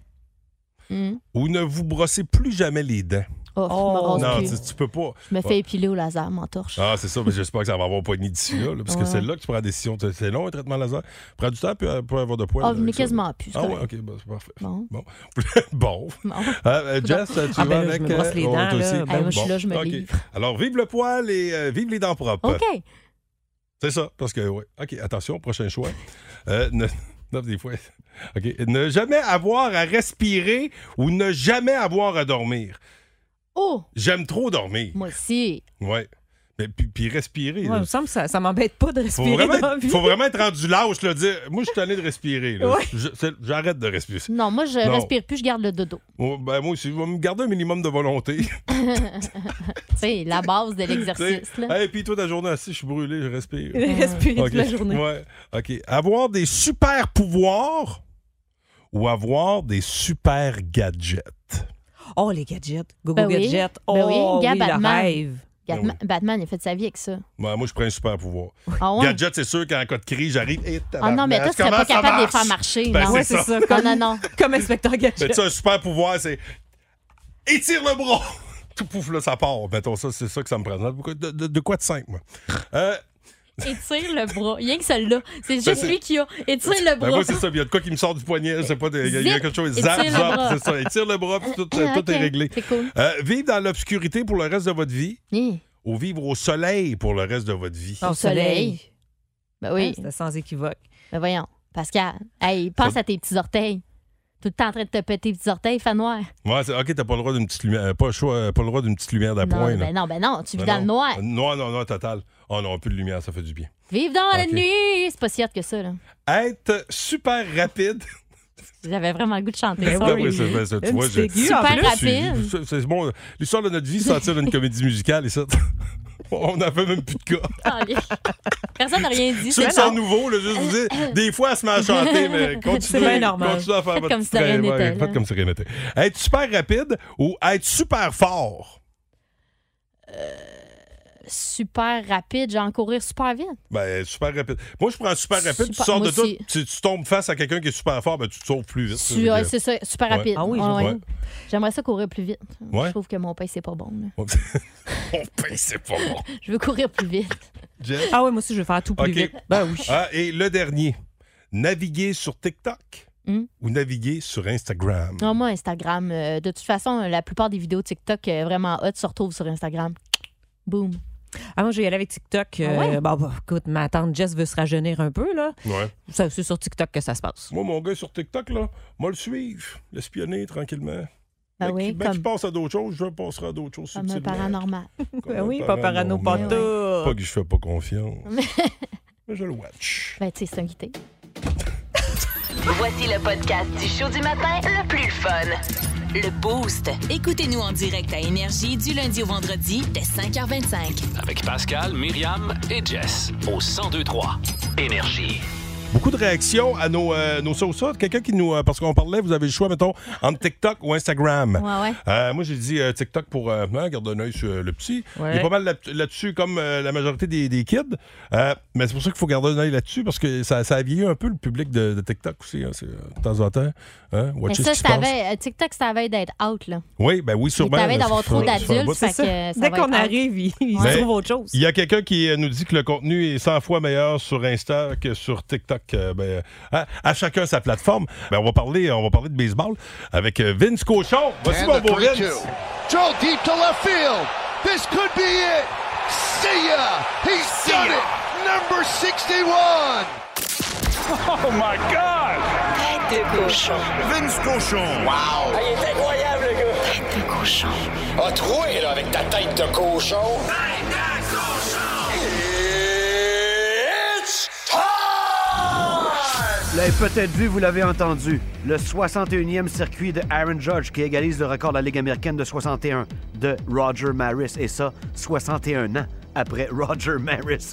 [SPEAKER 8] Mm.
[SPEAKER 3] ou ne vous brossez plus jamais les dents.
[SPEAKER 8] Oh, je me rase
[SPEAKER 3] non,
[SPEAKER 8] plus.
[SPEAKER 3] tu, tu peux pas.
[SPEAKER 8] Je me
[SPEAKER 3] Ouais.
[SPEAKER 8] fais épiler au laser, mon torche.
[SPEAKER 3] Ah, c'est ça, mais j'espère que ça va avoir poigné d'ici là, là, parce que
[SPEAKER 8] Ouais.
[SPEAKER 3] c'est là que tu prends la décision. C'est long, un traitement laser. Prends du temps puis, euh, pour avoir de poils.
[SPEAKER 8] Ah, je
[SPEAKER 3] avec
[SPEAKER 8] n'ai
[SPEAKER 3] ça.
[SPEAKER 8] quasiment plus. c'est
[SPEAKER 3] Ah, ouais,
[SPEAKER 8] correct.
[SPEAKER 3] ok, bah, c'est parfait. Bon. bon.
[SPEAKER 8] Bon.
[SPEAKER 3] Euh, euh, Jess, tu
[SPEAKER 9] Ah,
[SPEAKER 3] vas
[SPEAKER 9] ben là, je
[SPEAKER 3] avec.
[SPEAKER 9] me brosse les
[SPEAKER 3] euh,
[SPEAKER 9] dents,
[SPEAKER 3] toi
[SPEAKER 9] là.
[SPEAKER 3] aussi?
[SPEAKER 9] Ben, moi, je
[SPEAKER 8] suis là, je me
[SPEAKER 3] ok.
[SPEAKER 8] livre.
[SPEAKER 3] Alors, vive le poil et euh, vive les dents propres.
[SPEAKER 8] OK.
[SPEAKER 3] C'est ça, parce que, ouais. OK, attention, prochain choix. Euh, ne... non, des fois. OK. Ne jamais avoir à respirer ou ne jamais avoir à dormir.
[SPEAKER 8] Oh,
[SPEAKER 3] J'aime trop dormir.
[SPEAKER 8] moi aussi.
[SPEAKER 3] Ouais. Mais puis, puis respirer.
[SPEAKER 9] Ouais,
[SPEAKER 3] là,
[SPEAKER 9] il me semble que ça, ça m'embête pas de
[SPEAKER 3] faut
[SPEAKER 9] respirer
[SPEAKER 3] vraiment,
[SPEAKER 9] dans la vie.
[SPEAKER 3] être, faut vraiment être rendu lâche, là, dire Moi, je suis tanné de respirer. là.
[SPEAKER 9] Ouais.
[SPEAKER 3] Je- c'est- J'arrête de respirer.
[SPEAKER 8] Non, moi, je
[SPEAKER 3] Non.
[SPEAKER 8] respire plus, je garde le dodo.
[SPEAKER 3] Oh, ben, moi aussi, je vais me garder un minimum de volonté.
[SPEAKER 8] Tu sais, la base de l'exercice.
[SPEAKER 3] Et
[SPEAKER 8] là.
[SPEAKER 3] puis toi, ta journée assis, je suis brûlé, je respire.
[SPEAKER 9] Respirer toute
[SPEAKER 3] Ok.
[SPEAKER 9] la journée.
[SPEAKER 3] Ouais. OK. Avoir des super pouvoirs ou avoir des super gadgets.
[SPEAKER 9] Oh, les gadgets. Go,
[SPEAKER 8] Ben
[SPEAKER 9] go,
[SPEAKER 8] oui.
[SPEAKER 9] gadgets. Oh,
[SPEAKER 8] Ben oui, gars,
[SPEAKER 9] oui, le
[SPEAKER 8] Batman.
[SPEAKER 9] rêve.
[SPEAKER 8] Batman, Batman, il a fait de sa vie avec ça.
[SPEAKER 3] Ben, moi, je prends un super pouvoir.
[SPEAKER 8] Ah ouais?
[SPEAKER 3] Gadget, c'est sûr qu'en cas de crise, eh, j'arrive. et
[SPEAKER 8] Ah non, mais toi, tu serais pas capable de les faire marcher.
[SPEAKER 3] Ben,
[SPEAKER 8] non,
[SPEAKER 3] c'est ça. Ben,
[SPEAKER 8] Non, non, non.
[SPEAKER 9] Comme inspecteur gadget.
[SPEAKER 3] Mais tu sais, un super pouvoir, c'est. Étire le bras! Tout pouf, là, ça part. Mettons, ça, c'est ça que ça me prend. De, de- de quoi de simple, moi? Euh,
[SPEAKER 8] Étire le bras. Rien que celui-là. C'est
[SPEAKER 3] Ben,
[SPEAKER 8] juste
[SPEAKER 3] c'est-
[SPEAKER 8] lui qui a. Étire le
[SPEAKER 3] ben,
[SPEAKER 8] bras.
[SPEAKER 3] moi, c'est ça. Il y a de quoi qui me sort du poignet. Je sais pas, il y a- il y a
[SPEAKER 8] Zip!
[SPEAKER 3] quelque chose.
[SPEAKER 8] Étire
[SPEAKER 3] Zap,
[SPEAKER 8] le
[SPEAKER 3] zap,
[SPEAKER 8] bras.
[SPEAKER 3] c'est ça. Étire le bras, puis tout, euh,
[SPEAKER 8] Ah,
[SPEAKER 3] tout
[SPEAKER 8] ok.
[SPEAKER 3] est réglé.
[SPEAKER 8] C'est cool.
[SPEAKER 3] Euh, vivre dans l'obscurité pour le reste de votre vie
[SPEAKER 8] Hi.
[SPEAKER 3] ou vivre au soleil pour le reste de votre vie?
[SPEAKER 8] Au soleil. Ben oui.
[SPEAKER 9] Hein, C'était sans équivoque.
[SPEAKER 8] Ben voyons, Pascal, hey, pense à tes petits orteils. Tout le temps en train de te péter les petits orteils, fan noir.
[SPEAKER 3] Ouais, c'est- OK, t'as pas le droit d'une petite lumière. euh, Pas le choix, pas le droit d'une petite lumière d'appoint.
[SPEAKER 8] non,
[SPEAKER 3] là.
[SPEAKER 8] ben non, ben non, tu vis
[SPEAKER 3] Ben
[SPEAKER 8] dans le
[SPEAKER 3] non.
[SPEAKER 8] noir.
[SPEAKER 3] Noir, non, non, total. Oh non, plus de lumière, ça fait du bien.
[SPEAKER 8] Vive dans la
[SPEAKER 3] Ok.
[SPEAKER 8] nuit! C'est pas si hot que ça, là.
[SPEAKER 3] Être super rapide.
[SPEAKER 8] J'avais vraiment le goût de chanter
[SPEAKER 3] Ben
[SPEAKER 8] ça.
[SPEAKER 3] oui, c'est- ben, c'est- tu vois, j'ai-
[SPEAKER 8] Super rapide.
[SPEAKER 3] C'est- C'est bon. L'histoire de notre vie sortir d'une comédie musicale et ça. On n'en fait même plus de cas.
[SPEAKER 8] Ah, Personne n'a rien dit.
[SPEAKER 3] Ceux
[SPEAKER 8] c'est
[SPEAKER 3] qui sont
[SPEAKER 8] bon.
[SPEAKER 3] nouveaux, là, juste vous dire, des fois, elle se met à chanter, mais continue.
[SPEAKER 8] hein? C'est bien normal.
[SPEAKER 3] Continue à faire
[SPEAKER 8] Faites
[SPEAKER 3] votre
[SPEAKER 8] comme hein.
[SPEAKER 3] petit
[SPEAKER 8] si de rien
[SPEAKER 3] train. Ouais,
[SPEAKER 8] n'était, là.
[SPEAKER 3] Faites comme si rien n'était. Être super rapide ou être super fort?
[SPEAKER 8] Super rapide, genre courir super vite.
[SPEAKER 3] Ben, super rapide. Moi, je prends super rapide, tu
[SPEAKER 8] Super-
[SPEAKER 3] sors de
[SPEAKER 8] moi
[SPEAKER 3] tout,
[SPEAKER 8] aussi.
[SPEAKER 3] tu, tu tombes face à quelqu'un qui est super fort, ben, tu te sauves plus vite.
[SPEAKER 8] Su- ouais, C'est ça, super
[SPEAKER 3] Ouais.
[SPEAKER 8] rapide.
[SPEAKER 3] Ah oui,
[SPEAKER 8] Ouais,
[SPEAKER 3] je-
[SPEAKER 8] ouais.
[SPEAKER 3] ouais.
[SPEAKER 8] J'aimerais ça courir plus vite.
[SPEAKER 3] Ouais.
[SPEAKER 8] Je trouve que mon pace, c'est pas bon. là.
[SPEAKER 3] Mon pain, ben, c'est pas bon.
[SPEAKER 8] Je veux courir plus vite.
[SPEAKER 3] Jess?
[SPEAKER 9] Ah oui, moi aussi, je vais faire tout plus
[SPEAKER 3] OK.
[SPEAKER 9] vite. Ben oui.
[SPEAKER 3] Ah, et le dernier, naviguer sur TikTok
[SPEAKER 8] Hmm. Ah.
[SPEAKER 3] ou naviguer sur Instagram.
[SPEAKER 8] Non, moi, Instagram. euh, de toute façon, la plupart des vidéos TikTok euh, vraiment hot se retrouvent sur Instagram. Boom.
[SPEAKER 9] Ah, moi, je vais y aller avec TikTok. euh,
[SPEAKER 8] Ah ouais?
[SPEAKER 9] bon, bah, écoute, ma tante Jess veut se rajeunir un peu, là.
[SPEAKER 3] Ouais.
[SPEAKER 9] Ça, C'est sur TikTok que ça se passe.
[SPEAKER 3] Moi, mon gars sur TikTok, là, moi le suivre, l'espionner tranquillement.
[SPEAKER 8] Ben
[SPEAKER 3] Mais
[SPEAKER 8] oui,
[SPEAKER 3] qui, mais
[SPEAKER 8] comme-
[SPEAKER 3] qui passe à d'autres choses, je passerai à d'autres choses.
[SPEAKER 8] Comme un
[SPEAKER 3] subtilement.
[SPEAKER 8] paranormal.
[SPEAKER 9] Ben oui, pas parano, pas
[SPEAKER 3] paranormal.
[SPEAKER 9] tout.
[SPEAKER 3] Pas que je fais pas confiance. Mais je le watch.
[SPEAKER 8] Ben, tu sais, c'est un guité.
[SPEAKER 1] Voici le podcast du show du matin le plus fun.
[SPEAKER 7] Le Boost. Écoutez-nous en direct à Énergie du lundi au vendredi dès 5h25.
[SPEAKER 2] Avec Pascal, Myriam et Jess au 1023 Énergie.
[SPEAKER 3] Beaucoup de réactions à nos, euh, nos sauces. Quelqu'un qui nous. euh, parce qu'on parlait, vous avez le choix, mettons, entre TikTok ou Instagram.
[SPEAKER 8] Ouais, ouais.
[SPEAKER 3] Euh, moi, j'ai dit euh, TikTok pour. euh, hein, garde un œil sur euh, le petit.
[SPEAKER 9] Ouais.
[SPEAKER 3] Il est pas mal là- là-dessus, comme euh, la majorité des, des kids. Euh, mais c'est pour ça qu'il faut garder un œil là-dessus, parce que ça, ça a vieilli un peu le public de, de TikTok aussi, hein, c'est, euh, de temps en temps. Hein,
[SPEAKER 8] Mais
[SPEAKER 3] watcher
[SPEAKER 8] ça,
[SPEAKER 3] ce qui
[SPEAKER 8] ça
[SPEAKER 3] se passe.
[SPEAKER 8] avait, euh, TikTok, ça avait d'être out, là.
[SPEAKER 3] Oui, ben oui, sûrement.
[SPEAKER 8] t'avais
[SPEAKER 3] là,
[SPEAKER 8] d'avoir
[SPEAKER 3] ça-
[SPEAKER 8] trop
[SPEAKER 3] ça- ça fait un
[SPEAKER 8] d'adultes,
[SPEAKER 3] bout.
[SPEAKER 8] fait que, euh, ça
[SPEAKER 9] Dès
[SPEAKER 8] va
[SPEAKER 9] qu'on
[SPEAKER 8] être out.
[SPEAKER 9] arrive, il, il se
[SPEAKER 3] Mais
[SPEAKER 9] trouve autre chose.
[SPEAKER 3] Il y a quelqu'un qui euh, nous dit que le contenu est 100 fois meilleur sur Insta que sur TikTok. Euh, ben, euh, à, à chacun sa plateforme. Ben, on, va parler, on va parler de baseball avec euh, Vince Cochon. Voici
[SPEAKER 14] And
[SPEAKER 3] mon
[SPEAKER 14] the
[SPEAKER 3] beau
[SPEAKER 14] 3-2.
[SPEAKER 3] Vince.
[SPEAKER 14] Joe deep to left field. This could be it. See ya. He's done it. Number 61. Oh my God. Tête de cochon. Vince cochon. Wow.
[SPEAKER 13] il est incroyable, le gars! Tête de cochon.
[SPEAKER 14] A troué, là, avec ta tête de cochon.
[SPEAKER 15] Vous l'avez peut-être vu, vous l'avez entendu. Le 61e circuit de Aaron Judge qui égalise le record de la Ligue américaine de 61 de Roger Maris. Et ça, 61 ans après Roger Maris.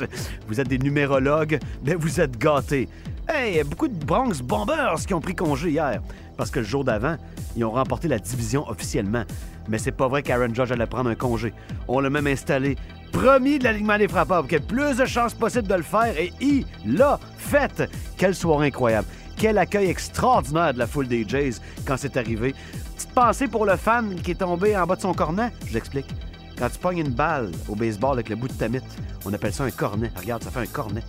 [SPEAKER 15] Vous êtes des numérologues, mais vous êtes gâtés. Hey, beaucoup de Bronx Bombers qui ont pris congé hier. Parce que le jour d'avant, ils ont remporté la division officiellement. Mais c'est pas vrai qu'Aaron Judge allait prendre un congé. On l'a même installé premier de l'alignement des frappeurs pour qu'il y ait plus de chances possible de le faire et il l'a fait. Quelle soirée incroyable. Quel accueil extraordinaire de la foule des Jays quand c'est arrivé. Petite pensée pour le fan qui est tombé en bas de son cornet, je l'explique. Quand tu pognes une balle au baseball avec le bout de ta mitte, on appelle ça un cornet. Regarde, ça fait un cornet.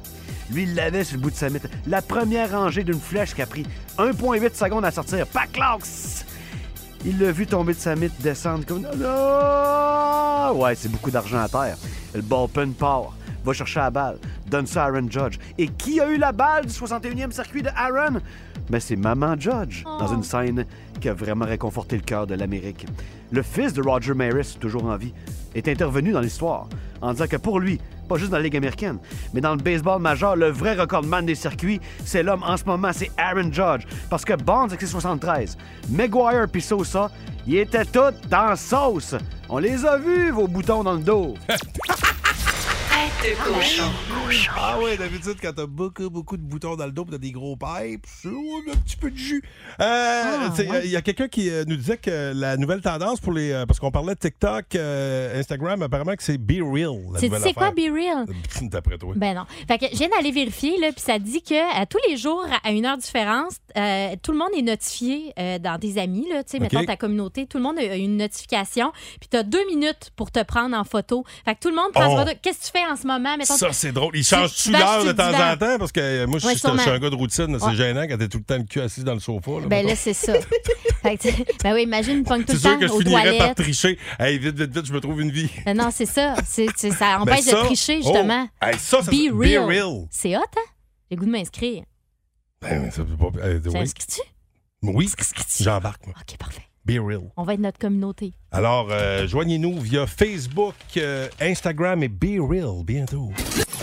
[SPEAKER 15] Lui, il l'avait sur le bout de sa mitte. La première rangée d'une flèche qui a pris 1,8 secondes à sortir. Paclax! Il l'a vu tomber de sa mythe, descendre comme. Ah! Ouais, c'est beaucoup d'argent à terre. Le bullpen part, va chercher la balle, donne ça à Aaron Judge. Et qui a eu la balle du 61e circuit de Aaron? Mais c'est Maman Judge, dans une scène qui a vraiment réconforté le cœur de l'Amérique. Le fils de Roger Maris, toujours en vie, est intervenu dans l'histoire en disant que pour lui, pas juste dans la Ligue américaine, mais dans le baseball majeur, le vrai recordman des circuits, c'est l'homme en ce moment, c'est Aaron Judge. Parce que Bonds avec ses 73, Maguire puis Sosa, ils étaient tous dans sauce. On les a vus, vos boutons dans le dos.
[SPEAKER 1] Tête de cochon.
[SPEAKER 3] Ah oui, d'habitude, quand t'as beaucoup, beaucoup de boutons dans le dos, pis t'as des gros pipes, c'est oh, un petit peu de jus. Euh,
[SPEAKER 8] Ah,
[SPEAKER 3] c'est- Il
[SPEAKER 12] ouais.
[SPEAKER 3] y a quelqu'un qui euh, nous disait que la nouvelle tendance pour les. euh, parce qu'on parlait de TikTok, euh, Instagram, apparemment que c'est Be Real. la
[SPEAKER 8] C'est
[SPEAKER 3] nouvelle
[SPEAKER 8] c'est quoi,
[SPEAKER 3] affaire. Euh,
[SPEAKER 8] Be Real?
[SPEAKER 3] D'après toi.
[SPEAKER 8] Ben non. Fait que je viens d'aller vérifier, là, puis ça dit que à tous les jours, à une heure différente, euh, tout le monde est notifié euh, dans tes amis, là, tu sais,
[SPEAKER 16] OK.
[SPEAKER 8] mettons ta communauté, tout le monde a une notification, puis tu as deux minutes pour te prendre en photo. Fait que tout le monde prend
[SPEAKER 16] Oh.
[SPEAKER 8] ce photo. Qu'est-ce que tu fais en ce moment. Mettons,
[SPEAKER 3] Ça, c'est drôle. Ils
[SPEAKER 8] Tu-
[SPEAKER 3] changent-tu
[SPEAKER 8] tu vaches
[SPEAKER 3] l'heure
[SPEAKER 8] sur
[SPEAKER 3] de
[SPEAKER 8] le
[SPEAKER 3] temps
[SPEAKER 8] divan.
[SPEAKER 3] en temps? Parce que euh, moi, je
[SPEAKER 8] Ouais,
[SPEAKER 3] suis je suis
[SPEAKER 8] sûrement.
[SPEAKER 3] un gars de routine. là. C'est
[SPEAKER 8] Ouais.
[SPEAKER 3] gênant quand t'es tout le temps le cul assis dans le sofa. là,
[SPEAKER 8] Ben
[SPEAKER 3] mettons.
[SPEAKER 8] là, c'est ça. Fait que, tu- ben oui, imagine, punk tout
[SPEAKER 3] C'est
[SPEAKER 8] le
[SPEAKER 3] sûr
[SPEAKER 8] temps
[SPEAKER 3] que je
[SPEAKER 8] aux
[SPEAKER 3] finirais par
[SPEAKER 8] toilettes.
[SPEAKER 3] tricher. Hey, vite, vite, vite, je me trouve une vie.
[SPEAKER 8] Non, non, c'est ça. C'est, c'est- ça empêche
[SPEAKER 3] Ben ça,
[SPEAKER 8] de tricher, justement.
[SPEAKER 3] oh, hey, ça, ça-
[SPEAKER 8] Be
[SPEAKER 3] be
[SPEAKER 8] real.
[SPEAKER 3] real.
[SPEAKER 8] C'est hot, hein? J'ai le goût de m'inscrire.
[SPEAKER 3] Ben, mais ça peut pas. euh, oui.
[SPEAKER 8] T'inscris-tu?
[SPEAKER 3] Oui, j'embarque, moi.
[SPEAKER 8] OK, parfait.
[SPEAKER 3] Be real.
[SPEAKER 8] On va être notre communauté.
[SPEAKER 3] Alors, euh, joignez-nous via Facebook, euh, Instagram et Be Real bientôt.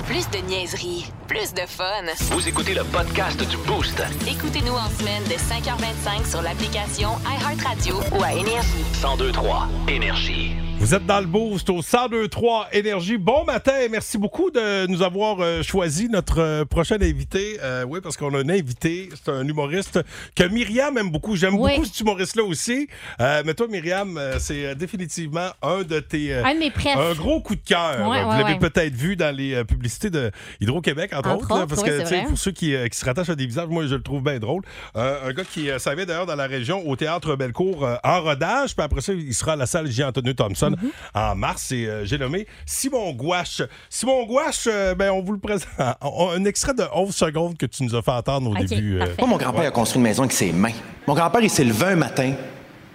[SPEAKER 7] Plus de niaiserie, plus de fun.
[SPEAKER 2] Vous écoutez le podcast du Boost.
[SPEAKER 7] Écoutez-nous en semaine de 5h25 sur l'application iHeartRadio ou à Énergie.
[SPEAKER 2] 1023 Énergie.
[SPEAKER 3] Vous êtes dans le boost au 1023 Énergie. Bon matin, merci beaucoup de nous avoir euh, choisi notre euh, prochain invité. Euh, oui, parce qu'on a un invité, c'est un humoriste que Myriam aime beaucoup. J'aime beaucoup cet humoriste-là aussi. Euh, mais toi, Myriam, euh, c'est euh, définitivement un de tes... euh,
[SPEAKER 8] Un de mes préf.
[SPEAKER 3] Un gros coup de cœur.
[SPEAKER 8] Ouais,
[SPEAKER 3] Vous
[SPEAKER 8] ouais,
[SPEAKER 3] l'avez
[SPEAKER 8] ouais.
[SPEAKER 3] peut-être vu dans les euh, publicités de Hydro-Québec, entre,
[SPEAKER 8] Entre
[SPEAKER 3] autres. là,
[SPEAKER 8] autres,
[SPEAKER 3] parce
[SPEAKER 8] oui,
[SPEAKER 3] que,
[SPEAKER 8] c'est
[SPEAKER 3] tu sais,
[SPEAKER 8] vrai.
[SPEAKER 3] pour ceux qui, euh, qui se rattachent à des visages, moi, je le trouve bien drôle. Euh, un gars qui euh, savait d'ailleurs dans la région, au théâtre Bellecour, euh, en rodage. Puis après ça, il sera à la salle J-Anthony Thompson
[SPEAKER 8] Mhm.
[SPEAKER 3] en mars. Et euh, j'ai nommé Simon Gouache. Simon Gouache, euh, ben, on vous le présente. On- Un extrait de 11 secondes que tu nous as fait entendre au début. euh.
[SPEAKER 16] Moi, mon grand-père a construit une maison avec ses mains. Mon grand-père, il s'est levé un matin,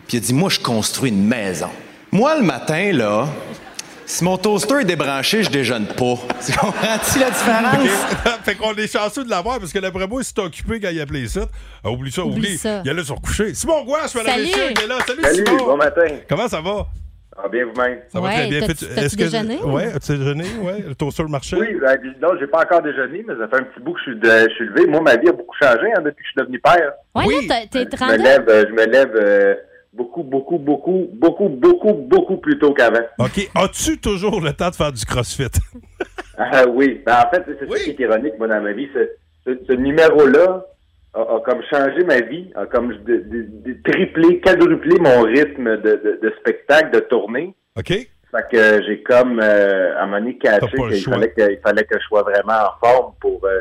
[SPEAKER 16] puis il a dit Moi, je construis une maison. Moi, le matin, là, si mon toaster est débranché, je déjeune pas. Tu comprends-tu la différence?
[SPEAKER 3] OK. fait qu'on est chanceux de l'avoir parce que d'après moi, il s'est occupé quand il appelait ça. Ah, oublie ça,
[SPEAKER 16] Oublie
[SPEAKER 3] oublie.
[SPEAKER 16] ça.
[SPEAKER 3] Il allait se recoucher. Simon Gouache, madame
[SPEAKER 16] Salut.
[SPEAKER 3] Messieurs, il est là. Salut,
[SPEAKER 16] Salut,
[SPEAKER 3] Simon.
[SPEAKER 16] bon
[SPEAKER 3] matin. Comment ça va?
[SPEAKER 10] Ah, bien vous-même.
[SPEAKER 3] Ça va très bien. Fais-tu- est-ce que- Ouais, as-tu déjeuné? Ouais, le toaster marché.
[SPEAKER 10] Oui, ben, puis non, j'ai pas encore déjeuné, mais ça fait un petit bout que je suis, de- je suis levé. Moi, ma vie a beaucoup changé hein, depuis que je suis devenu père.
[SPEAKER 8] Ouais, là, t'es- t'es
[SPEAKER 10] Je me
[SPEAKER 8] rendu.
[SPEAKER 10] lève, euh, je me lève euh, beaucoup, beaucoup, beaucoup, beaucoup, beaucoup, beaucoup plus tôt qu'avant.
[SPEAKER 3] OK. As-tu toujours le temps de faire du crossfit?
[SPEAKER 10] Ah oui, ben, en fait, c'est ça qui est ironique, moi, dans ma vie. Ce, ce- ce numéro-là a, a comme changé ma vie, a comme de- de- de- triplé, quadruplé mon rythme de, de- de spectacle, de tournée.
[SPEAKER 3] OK.
[SPEAKER 10] Fait que j'ai comme, euh, à un moment donné, catché
[SPEAKER 3] pas le
[SPEAKER 10] qu'il
[SPEAKER 3] choix.
[SPEAKER 10] fallait, que, il fallait que je sois vraiment en forme pour, euh,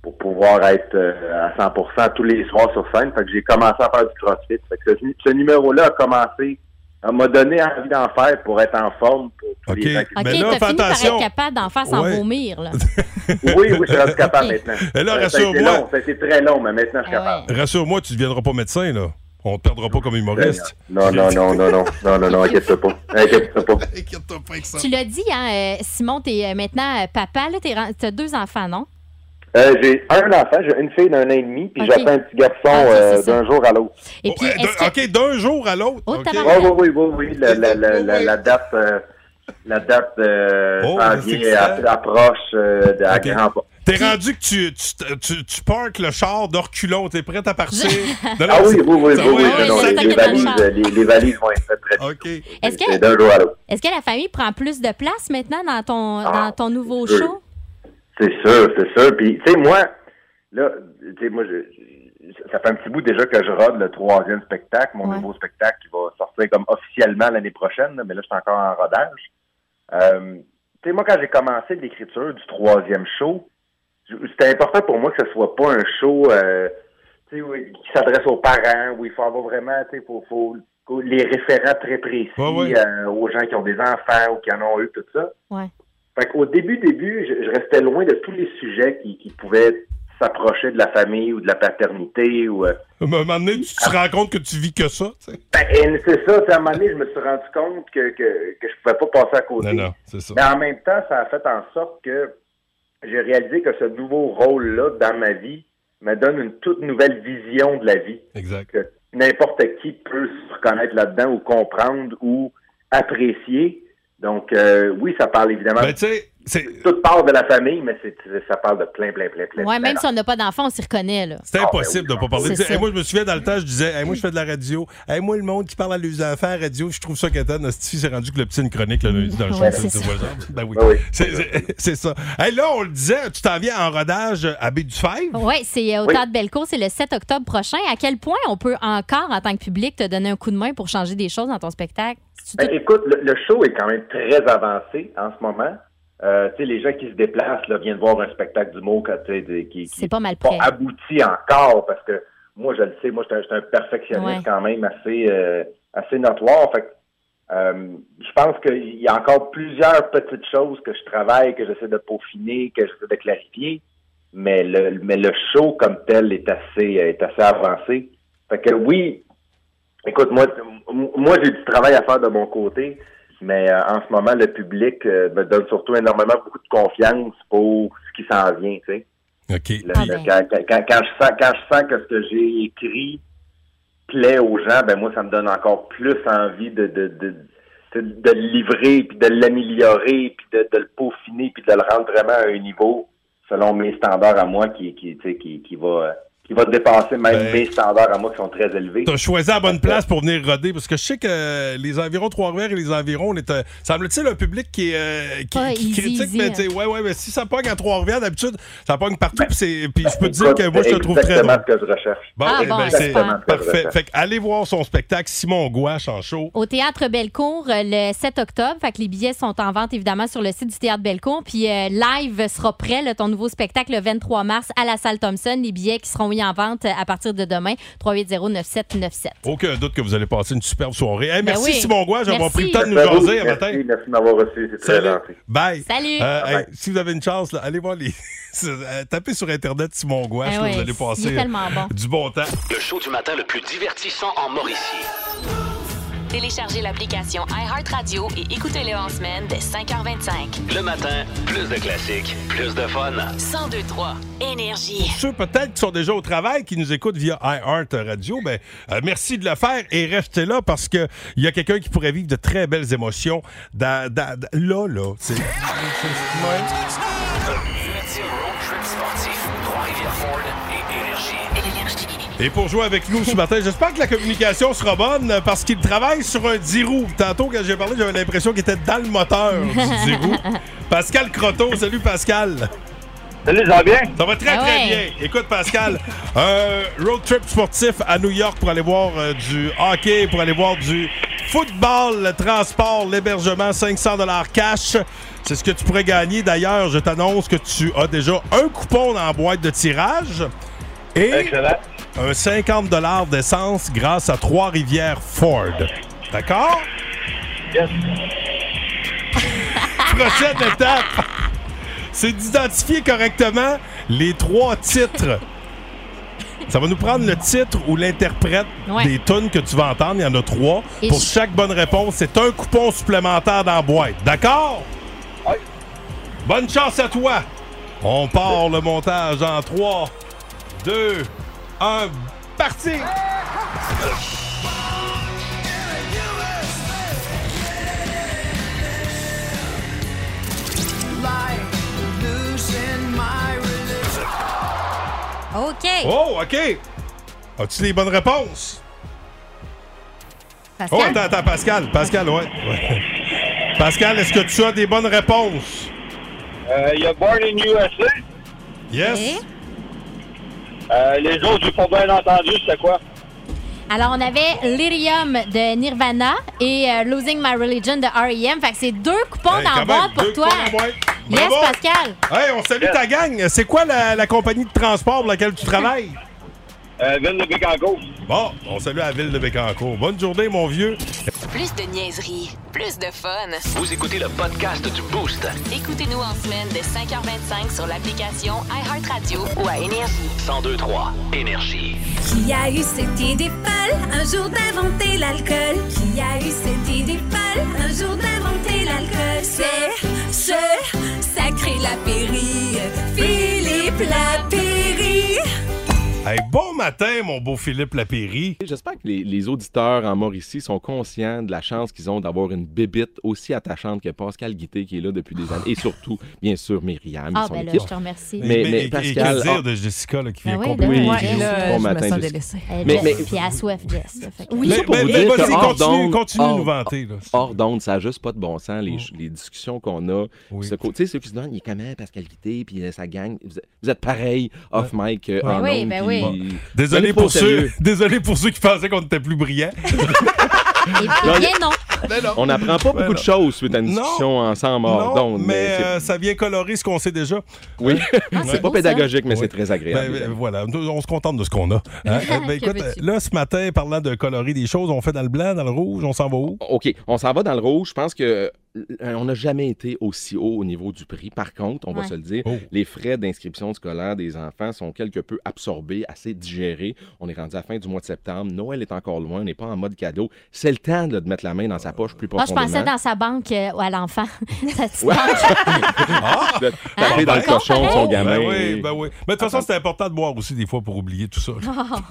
[SPEAKER 10] pour pouvoir être euh, à 100% tous les soirs sur scène. Fait que j'ai commencé à faire du crossfit. Fait que ce, ce numéro-là a commencé, euh, m'a donné envie d'en faire pour être en forme pour tous les gens qui
[SPEAKER 8] OK,
[SPEAKER 10] me-
[SPEAKER 8] t'as fini par être capable d'en faire sans
[SPEAKER 10] Ouais.
[SPEAKER 8] vomir, là.
[SPEAKER 10] oui, oui, je suis rendu capable maintenant.
[SPEAKER 3] Et là,
[SPEAKER 10] Ça- ça a été
[SPEAKER 3] rassure-moi.
[SPEAKER 10] long, Ça a été très long, mais maintenant, je
[SPEAKER 5] Ah
[SPEAKER 10] suis capable.
[SPEAKER 3] Rassure-moi, tu ne deviendras pas médecin, là. On ne te perdra pas comme humoriste.
[SPEAKER 10] Non, non, non, non, non, non, non, non, inquiète-toi pas. Inquiète-toi pas.
[SPEAKER 8] Tu l'as dit, hein, euh, Simon, t'es euh, maintenant euh, papa, là, t'es ren- t'as deux enfants, non?
[SPEAKER 10] Euh, j'ai un enfant, j'ai une fille d'un an et demi, puis
[SPEAKER 8] Ok.
[SPEAKER 10] j'attends un petit garçon euh, d'un jour à l'autre.
[SPEAKER 8] Et puis, est-ce que-
[SPEAKER 3] Oh, ben, OK, d'un jour à l'autre.
[SPEAKER 10] Oui,
[SPEAKER 3] OK.
[SPEAKER 10] oui, oui, oui, oui, la, la, la, la, la date, euh, la date euh,
[SPEAKER 3] Oh,
[SPEAKER 10] s'en
[SPEAKER 3] mais c'est
[SPEAKER 10] vient,
[SPEAKER 3] excellent.
[SPEAKER 10] elle approche euh, de, à
[SPEAKER 3] Ok.
[SPEAKER 10] grands pas.
[SPEAKER 3] T'es rendu que tu, tu, tu, tu, parques le char de reculons. T'es prêt à partir. Non, non,
[SPEAKER 10] Ah oui,
[SPEAKER 3] c'est-
[SPEAKER 10] oui, oui,
[SPEAKER 3] ça
[SPEAKER 10] oui, oui,
[SPEAKER 3] va,
[SPEAKER 10] non,
[SPEAKER 3] ça
[SPEAKER 10] les, les
[SPEAKER 3] t'inquiète pas.
[SPEAKER 10] valises, euh, les, les valises vont être faites très vite.
[SPEAKER 8] Est-ce que-
[SPEAKER 10] C'est d'un jour à l'autre.
[SPEAKER 8] Est-ce que la famille prend plus de place maintenant dans ton, dans ton nouveau
[SPEAKER 10] oui.
[SPEAKER 8] show?
[SPEAKER 10] C'est sûr, c'est sûr. Puis, tu sais, moi, là, tu sais, moi, je- je- ça fait un petit bout déjà que je rode le troisième spectacle, mon
[SPEAKER 17] Ouais.
[SPEAKER 10] nouveau spectacle qui va sortir comme officiellement l'année prochaine, là, mais là, je suis encore en rodage. Euh, tu sais, moi, quand j'ai commencé l'écriture du troisième show, je- c'était important pour moi que ce soit pas un show euh, tu sais, où- qui s'adresse aux parents, où il faut avoir vraiment, tu sais, faut, faut- faut les référents très précis euh, aux gens qui ont des enfants ou qui en ont eu, tout ça.
[SPEAKER 8] Ouais.
[SPEAKER 10] Fait qu'au début, début, je, je restais loin de tous les sujets qui, qui pouvaient s'approcher de la famille ou de la paternité ou. euh,
[SPEAKER 3] À un moment donné, tu te rends compte que tu vis que ça. tu sais.
[SPEAKER 10] ben, et c'est ça, tu sais, à un moment donné, je me suis rendu compte que, que, que je pouvais pas passer à côté.
[SPEAKER 3] Non, non, c'est ça.
[SPEAKER 10] Mais en même temps, ça a fait en sorte que j'ai réalisé que ce nouveau rôle-là dans ma vie me donne une toute nouvelle vision de la vie.
[SPEAKER 3] Exact.
[SPEAKER 10] Que n'importe qui peut se reconnaître là-dedans ou comprendre ou apprécier. Donc, euh, oui, ça parle évidemment.
[SPEAKER 3] Ben, tu sais,
[SPEAKER 10] Tout part de la famille, mais c'est, ça parle de plein, plein, plein, plein. plein
[SPEAKER 8] Ouais, même si on n'a pas d'enfants, on s'y reconnaît, là.
[SPEAKER 3] C'était impossible de ne pas parler.
[SPEAKER 8] C'est
[SPEAKER 3] Tu sais, hey,
[SPEAKER 8] ça.
[SPEAKER 3] moi, je me souviens, dans le temps, je disais, hey, moi, je fais de la radio. Hey, moi, le monde qui parle à leurs enfants à la radio, je trouve ça qu'étonne. Asti, j'ai rendu que le petit une chronique le lundi dans le
[SPEAKER 10] Ouais,
[SPEAKER 3] jour.
[SPEAKER 10] c'est
[SPEAKER 3] Tu
[SPEAKER 10] ça.
[SPEAKER 3] vois le genre? Ben oui.
[SPEAKER 10] Ben oui.
[SPEAKER 3] C'est- C'est c'est ça. Hey, là, on le disait, tu t'en viens en rodage à Baie du Five.
[SPEAKER 8] Oui, c'est euh, au
[SPEAKER 3] Oui.
[SPEAKER 8] Théâtre Bellecour, c'est le 7 octobre prochain. À quel point on peut encore, en tant que public, te donner un coup de main pour changer des choses dans ton spectacle?
[SPEAKER 10] Ben, écoute, le, le show est quand même très avancé en ce moment. Euh, tu sais, les gens qui se déplacent là, viennent voir un spectacle d'humour quand, tu sais, de- qui, qui
[SPEAKER 8] C'est pas mal
[SPEAKER 10] pas
[SPEAKER 8] prêt.
[SPEAKER 10] abouti encore parce que moi, je le sais, moi, je suis un, je suis un perfectionniste
[SPEAKER 8] Ouais.
[SPEAKER 10] quand même assez, euh, assez notoire. Fait que, Euh, je pense qu'il y a encore plusieurs petites choses que je travaille, que j'essaie de peaufiner, que j'essaie de clarifier, mais le, mais le show comme tel est assez, euh, est assez avancé. Fait que oui, écoute, moi, moi j'ai du travail à faire de mon côté, mais euh, en ce moment, le public euh, me donne surtout énormément beaucoup de confiance pour ce qui s'en vient, tu sais.
[SPEAKER 3] OK.
[SPEAKER 10] Le- le- quand, quand- quand je sens, quand je sens que ce que j'ai écrit plaît aux gens, ben moi, ça me donne encore plus envie de, de, de, de, de le livrer, puis de l'améliorer, puis de, de le peaufiner, puis de le rendre vraiment à un niveau, selon mes standards à moi, qui, qui, tu sais, qui, qui va... euh, Qui va dépasser même
[SPEAKER 3] Ben-
[SPEAKER 10] mes standards à moi qui sont très élevés.
[SPEAKER 3] T'as choisi la bonne place pour venir roder parce que je sais que les environs Trois-Rivières et les environs, on est, euh, semble-t-il, un public qui, est, euh, qui,
[SPEAKER 10] Ouais,
[SPEAKER 3] qui
[SPEAKER 10] easy,
[SPEAKER 3] critique.
[SPEAKER 10] easy,
[SPEAKER 3] mais
[SPEAKER 10] hein.
[SPEAKER 3] tu sais, ouais, ouais, mais si ça pogne à Trois-Rivières, d'habitude, ça pogne partout. puis c'est- puis je peux te dire
[SPEAKER 10] Ben, Écoute,
[SPEAKER 3] que moi, je te trouve
[SPEAKER 10] C'est
[SPEAKER 3] très
[SPEAKER 10] exactement
[SPEAKER 3] drôle.
[SPEAKER 10] ce que je recherche.
[SPEAKER 3] Bon, eh ben, c'est parfait. Fait que allez voir son spectacle Simon Gouache en show.
[SPEAKER 8] Au Théâtre Bellecour euh, le 7 octobre. Fait que les billets sont en vente évidemment sur le site du Théâtre Bellecour. Puis euh, live sera prêt, là, ton nouveau spectacle le 23 mars à la salle Thompson. Les billets qui seront mis en vente euh, à partir de demain, 380-9797.
[SPEAKER 3] Aucun doute que vous allez passer une superbe soirée. Eh,
[SPEAKER 8] Ben
[SPEAKER 3] merci
[SPEAKER 8] oui.
[SPEAKER 3] Simon Gouache d'avoir
[SPEAKER 8] Merci.
[SPEAKER 3] pris le temps de nous
[SPEAKER 10] Merci à vous.
[SPEAKER 3] jaser un matin.
[SPEAKER 10] Merci, merci de m'avoir reçu. C'est très
[SPEAKER 3] Salut.
[SPEAKER 10] gentil.
[SPEAKER 3] Bye.
[SPEAKER 10] Salut.
[SPEAKER 3] Euh,
[SPEAKER 10] Bye.
[SPEAKER 3] hey, si vous avez une chance, là, allez voir les. euh, Tapez sur Internet Simon Gouache,
[SPEAKER 2] Eh
[SPEAKER 3] là,
[SPEAKER 2] ouais,
[SPEAKER 3] vous allez
[SPEAKER 2] il est
[SPEAKER 3] passer
[SPEAKER 2] tellement
[SPEAKER 3] euh,
[SPEAKER 2] bon.
[SPEAKER 3] du bon temps.
[SPEAKER 2] Le show du matin le plus divertissant en Mauricie.
[SPEAKER 7] Téléchargez l'application iHeartRadio et écoutez-le en semaine dès 5h25.
[SPEAKER 2] Le matin, plus de classiques, plus de fun.
[SPEAKER 7] 1023 Énergie.
[SPEAKER 3] Pour ceux peut-être qui sont déjà au travail, qui nous écoutent via iHeart Radio, ben, euh, merci de le faire et restez là parce qu'il y a quelqu'un qui pourrait vivre de très belles émotions dans- dans- dans- là, là. tu sais.
[SPEAKER 2] Ultime road trip sportif. Trois-Rivières Ford et Énergie.
[SPEAKER 3] Et pour jouer avec nous ce matin, j'espère que la communication sera bonne euh, parce qu'il travaille sur un 10 roues. Tantôt, quand j'ai parlé, j'avais l'impression qu'il était dans le moteur du 10 roues. Pascal Croteau, salut Pascal.
[SPEAKER 17] Salut, ça va bien?
[SPEAKER 3] Ça va
[SPEAKER 17] Ah
[SPEAKER 3] très, très
[SPEAKER 17] ouais.
[SPEAKER 3] bien. Écoute, Pascal, un road trip sportif à New York pour aller voir euh, du hockey, pour aller voir du football, le transport, l'hébergement, 500 cash. C'est ce que tu pourrais gagner. D'ailleurs, je t'annonce que tu as déjà un coupon dans la boîte de tirage et un 50 d'essence grâce à Trois-Rivières Ford. D'accord? Prochaine étape, c'est d'identifier correctement les trois titres. Ça va nous prendre le titre ou l'interprète
[SPEAKER 8] Ouais.
[SPEAKER 3] des tunes que tu vas entendre. Il y en a trois.
[SPEAKER 8] Et
[SPEAKER 3] Pour
[SPEAKER 8] je-
[SPEAKER 3] chaque bonne réponse, c'est un coupon supplémentaire dans la boîte. D'accord? Bonne chance à toi. On part le montage en 3, 2, 1, parti!
[SPEAKER 8] OK.
[SPEAKER 3] Oh, OK! As-tu les bonnes réponses?
[SPEAKER 8] Pascal? Hein?
[SPEAKER 3] Oh, attends, attends, Pascal. Pascal, ouais. ouais. Pascal, est-ce que tu as des bonnes réponses?
[SPEAKER 17] Euh, Il y a Born in USA.
[SPEAKER 3] Yes.
[SPEAKER 17] Euh, les autres, j'ai pas bien entendu, c'était quoi?
[SPEAKER 8] Alors, on avait Lyrium de Nirvana et euh, Losing My Religion de R.E.M. Fait que c'est deux coupons
[SPEAKER 3] Hey,
[SPEAKER 8] dans la
[SPEAKER 3] quand même,
[SPEAKER 8] boîte pour
[SPEAKER 3] deux
[SPEAKER 8] toi.
[SPEAKER 3] coupons dans la boîte.
[SPEAKER 8] Yes,
[SPEAKER 3] Bravo.
[SPEAKER 8] Pascal.
[SPEAKER 3] Hey, on salue ta gang. C'est quoi la, la compagnie de transport pour laquelle tu travailles?
[SPEAKER 17] Ville de Bécancourt.
[SPEAKER 3] Bon, on salue la ville de Bécancourt. Bonne journée, mon vieux.
[SPEAKER 7] Plus de niaiserie, plus de fun.
[SPEAKER 2] Vous écoutez le podcast du Boost.
[SPEAKER 7] Écoutez-nous en semaine dès 5h25 sur l'application iHeartRadio ou à Énergie.
[SPEAKER 2] 1023 Énergie.
[SPEAKER 18] Qui a eu cette idée folle un jour d'inventer l'alcool Qui a eu cette idée folle un jour d'inventer l'alcool C'est ce sacré Lapéry, Philippe Lapéry.
[SPEAKER 3] Hey, bon matin, mon beau Philippe Lapéry.
[SPEAKER 19] J'espère que les, les auditeurs en Mauricie sont conscients de la chance qu'ils ont d'avoir une bébite aussi attachante que Pascal Guité qui est là depuis des années. Et surtout, bien sûr, Myriam et
[SPEAKER 8] Ah,
[SPEAKER 19] son
[SPEAKER 8] ben là,
[SPEAKER 19] équipe.
[SPEAKER 8] je te remercie.
[SPEAKER 19] Mais, mais
[SPEAKER 3] et- et
[SPEAKER 19] Pascal...
[SPEAKER 3] que dire
[SPEAKER 19] ah,
[SPEAKER 3] de Jessica là, qui
[SPEAKER 8] Ben
[SPEAKER 3] vient
[SPEAKER 8] oui,
[SPEAKER 3] compléter
[SPEAKER 8] ben oui.
[SPEAKER 3] Guillaume?
[SPEAKER 8] Là,
[SPEAKER 19] bon
[SPEAKER 8] je me
[SPEAKER 19] matin,
[SPEAKER 8] sens
[SPEAKER 19] Jessica.
[SPEAKER 8] délaissée.
[SPEAKER 19] Mais- mais-
[SPEAKER 8] Puis à soif, yes. Fait que-
[SPEAKER 19] Tout ça pour
[SPEAKER 3] mais-
[SPEAKER 19] vous
[SPEAKER 3] mais
[SPEAKER 19] dire
[SPEAKER 3] Ben, vas-y,
[SPEAKER 19] que hors
[SPEAKER 3] continue,
[SPEAKER 19] d'onde-
[SPEAKER 3] continue de nous
[SPEAKER 19] hors-
[SPEAKER 3] vanter, là.
[SPEAKER 19] Hors d'onde, ça n'a juste pas de bon sens,
[SPEAKER 3] Mm.
[SPEAKER 19] les, les discussions qu'on a. Ce co- Tu sais, ceux qui se donnent, il est comment, Pascal Guité, puis euh, ça gagne. Vous, êtes- vous êtes pareil, off mic, euh,
[SPEAKER 8] Ben
[SPEAKER 19] en
[SPEAKER 8] oui,
[SPEAKER 19] onde,
[SPEAKER 8] ben
[SPEAKER 19] puis-
[SPEAKER 8] oui.
[SPEAKER 19] Bon.
[SPEAKER 3] Désolé
[SPEAKER 19] Prenez pas au
[SPEAKER 3] pour, ceux,
[SPEAKER 19] sérieux.
[SPEAKER 3] désolé pour ceux qui pensaient qu'on était plus brillants.
[SPEAKER 8] Eh bien, non.
[SPEAKER 19] On n'apprend pas
[SPEAKER 3] Ben
[SPEAKER 19] beaucoup de
[SPEAKER 3] non.
[SPEAKER 19] choses suite à une discussion ensemble hors
[SPEAKER 3] Non,
[SPEAKER 19] d'onde,
[SPEAKER 3] mais
[SPEAKER 19] c'est-
[SPEAKER 3] euh, ça vient colorer ce qu'on sait déjà.
[SPEAKER 19] Oui, c'est
[SPEAKER 3] Ouais.
[SPEAKER 19] pas pédagogique, mais c'est très agréable.
[SPEAKER 3] Ben, ben, voilà, Nous, on se contente de ce qu'on a. Hein? Euh, ben,
[SPEAKER 19] Que
[SPEAKER 3] écoute,
[SPEAKER 19] veux-tu?
[SPEAKER 3] euh, là, ce matin, parlant de colorer des choses, on fait dans le blanc, dans le rouge, on s'en va où?
[SPEAKER 19] OK, on s'en va dans le rouge. Je pense que euh, on n'a jamais été aussi haut au niveau du prix. Par contre, on va
[SPEAKER 2] Ouais.
[SPEAKER 19] se le dire, les frais d'inscription scolaire des enfants sont quelque peu absorbés, assez digérés. On est rendu à la fin du mois de septembre. Noël est encore loin. On n'est pas en mode cadeau. C'est le temps là, de mettre la main dans sa poche plus
[SPEAKER 8] Moi, je
[SPEAKER 19] profondément.
[SPEAKER 8] pensais dans sa banque euh, à l'enfant. Ça se
[SPEAKER 19] Ouais.
[SPEAKER 8] passe.
[SPEAKER 19] de taper Ah! dans le cochon de son gamin.
[SPEAKER 3] Ah! Ben oui, ben oui. Mais de toute façon, c'est important de boire aussi des fois pour oublier tout ça.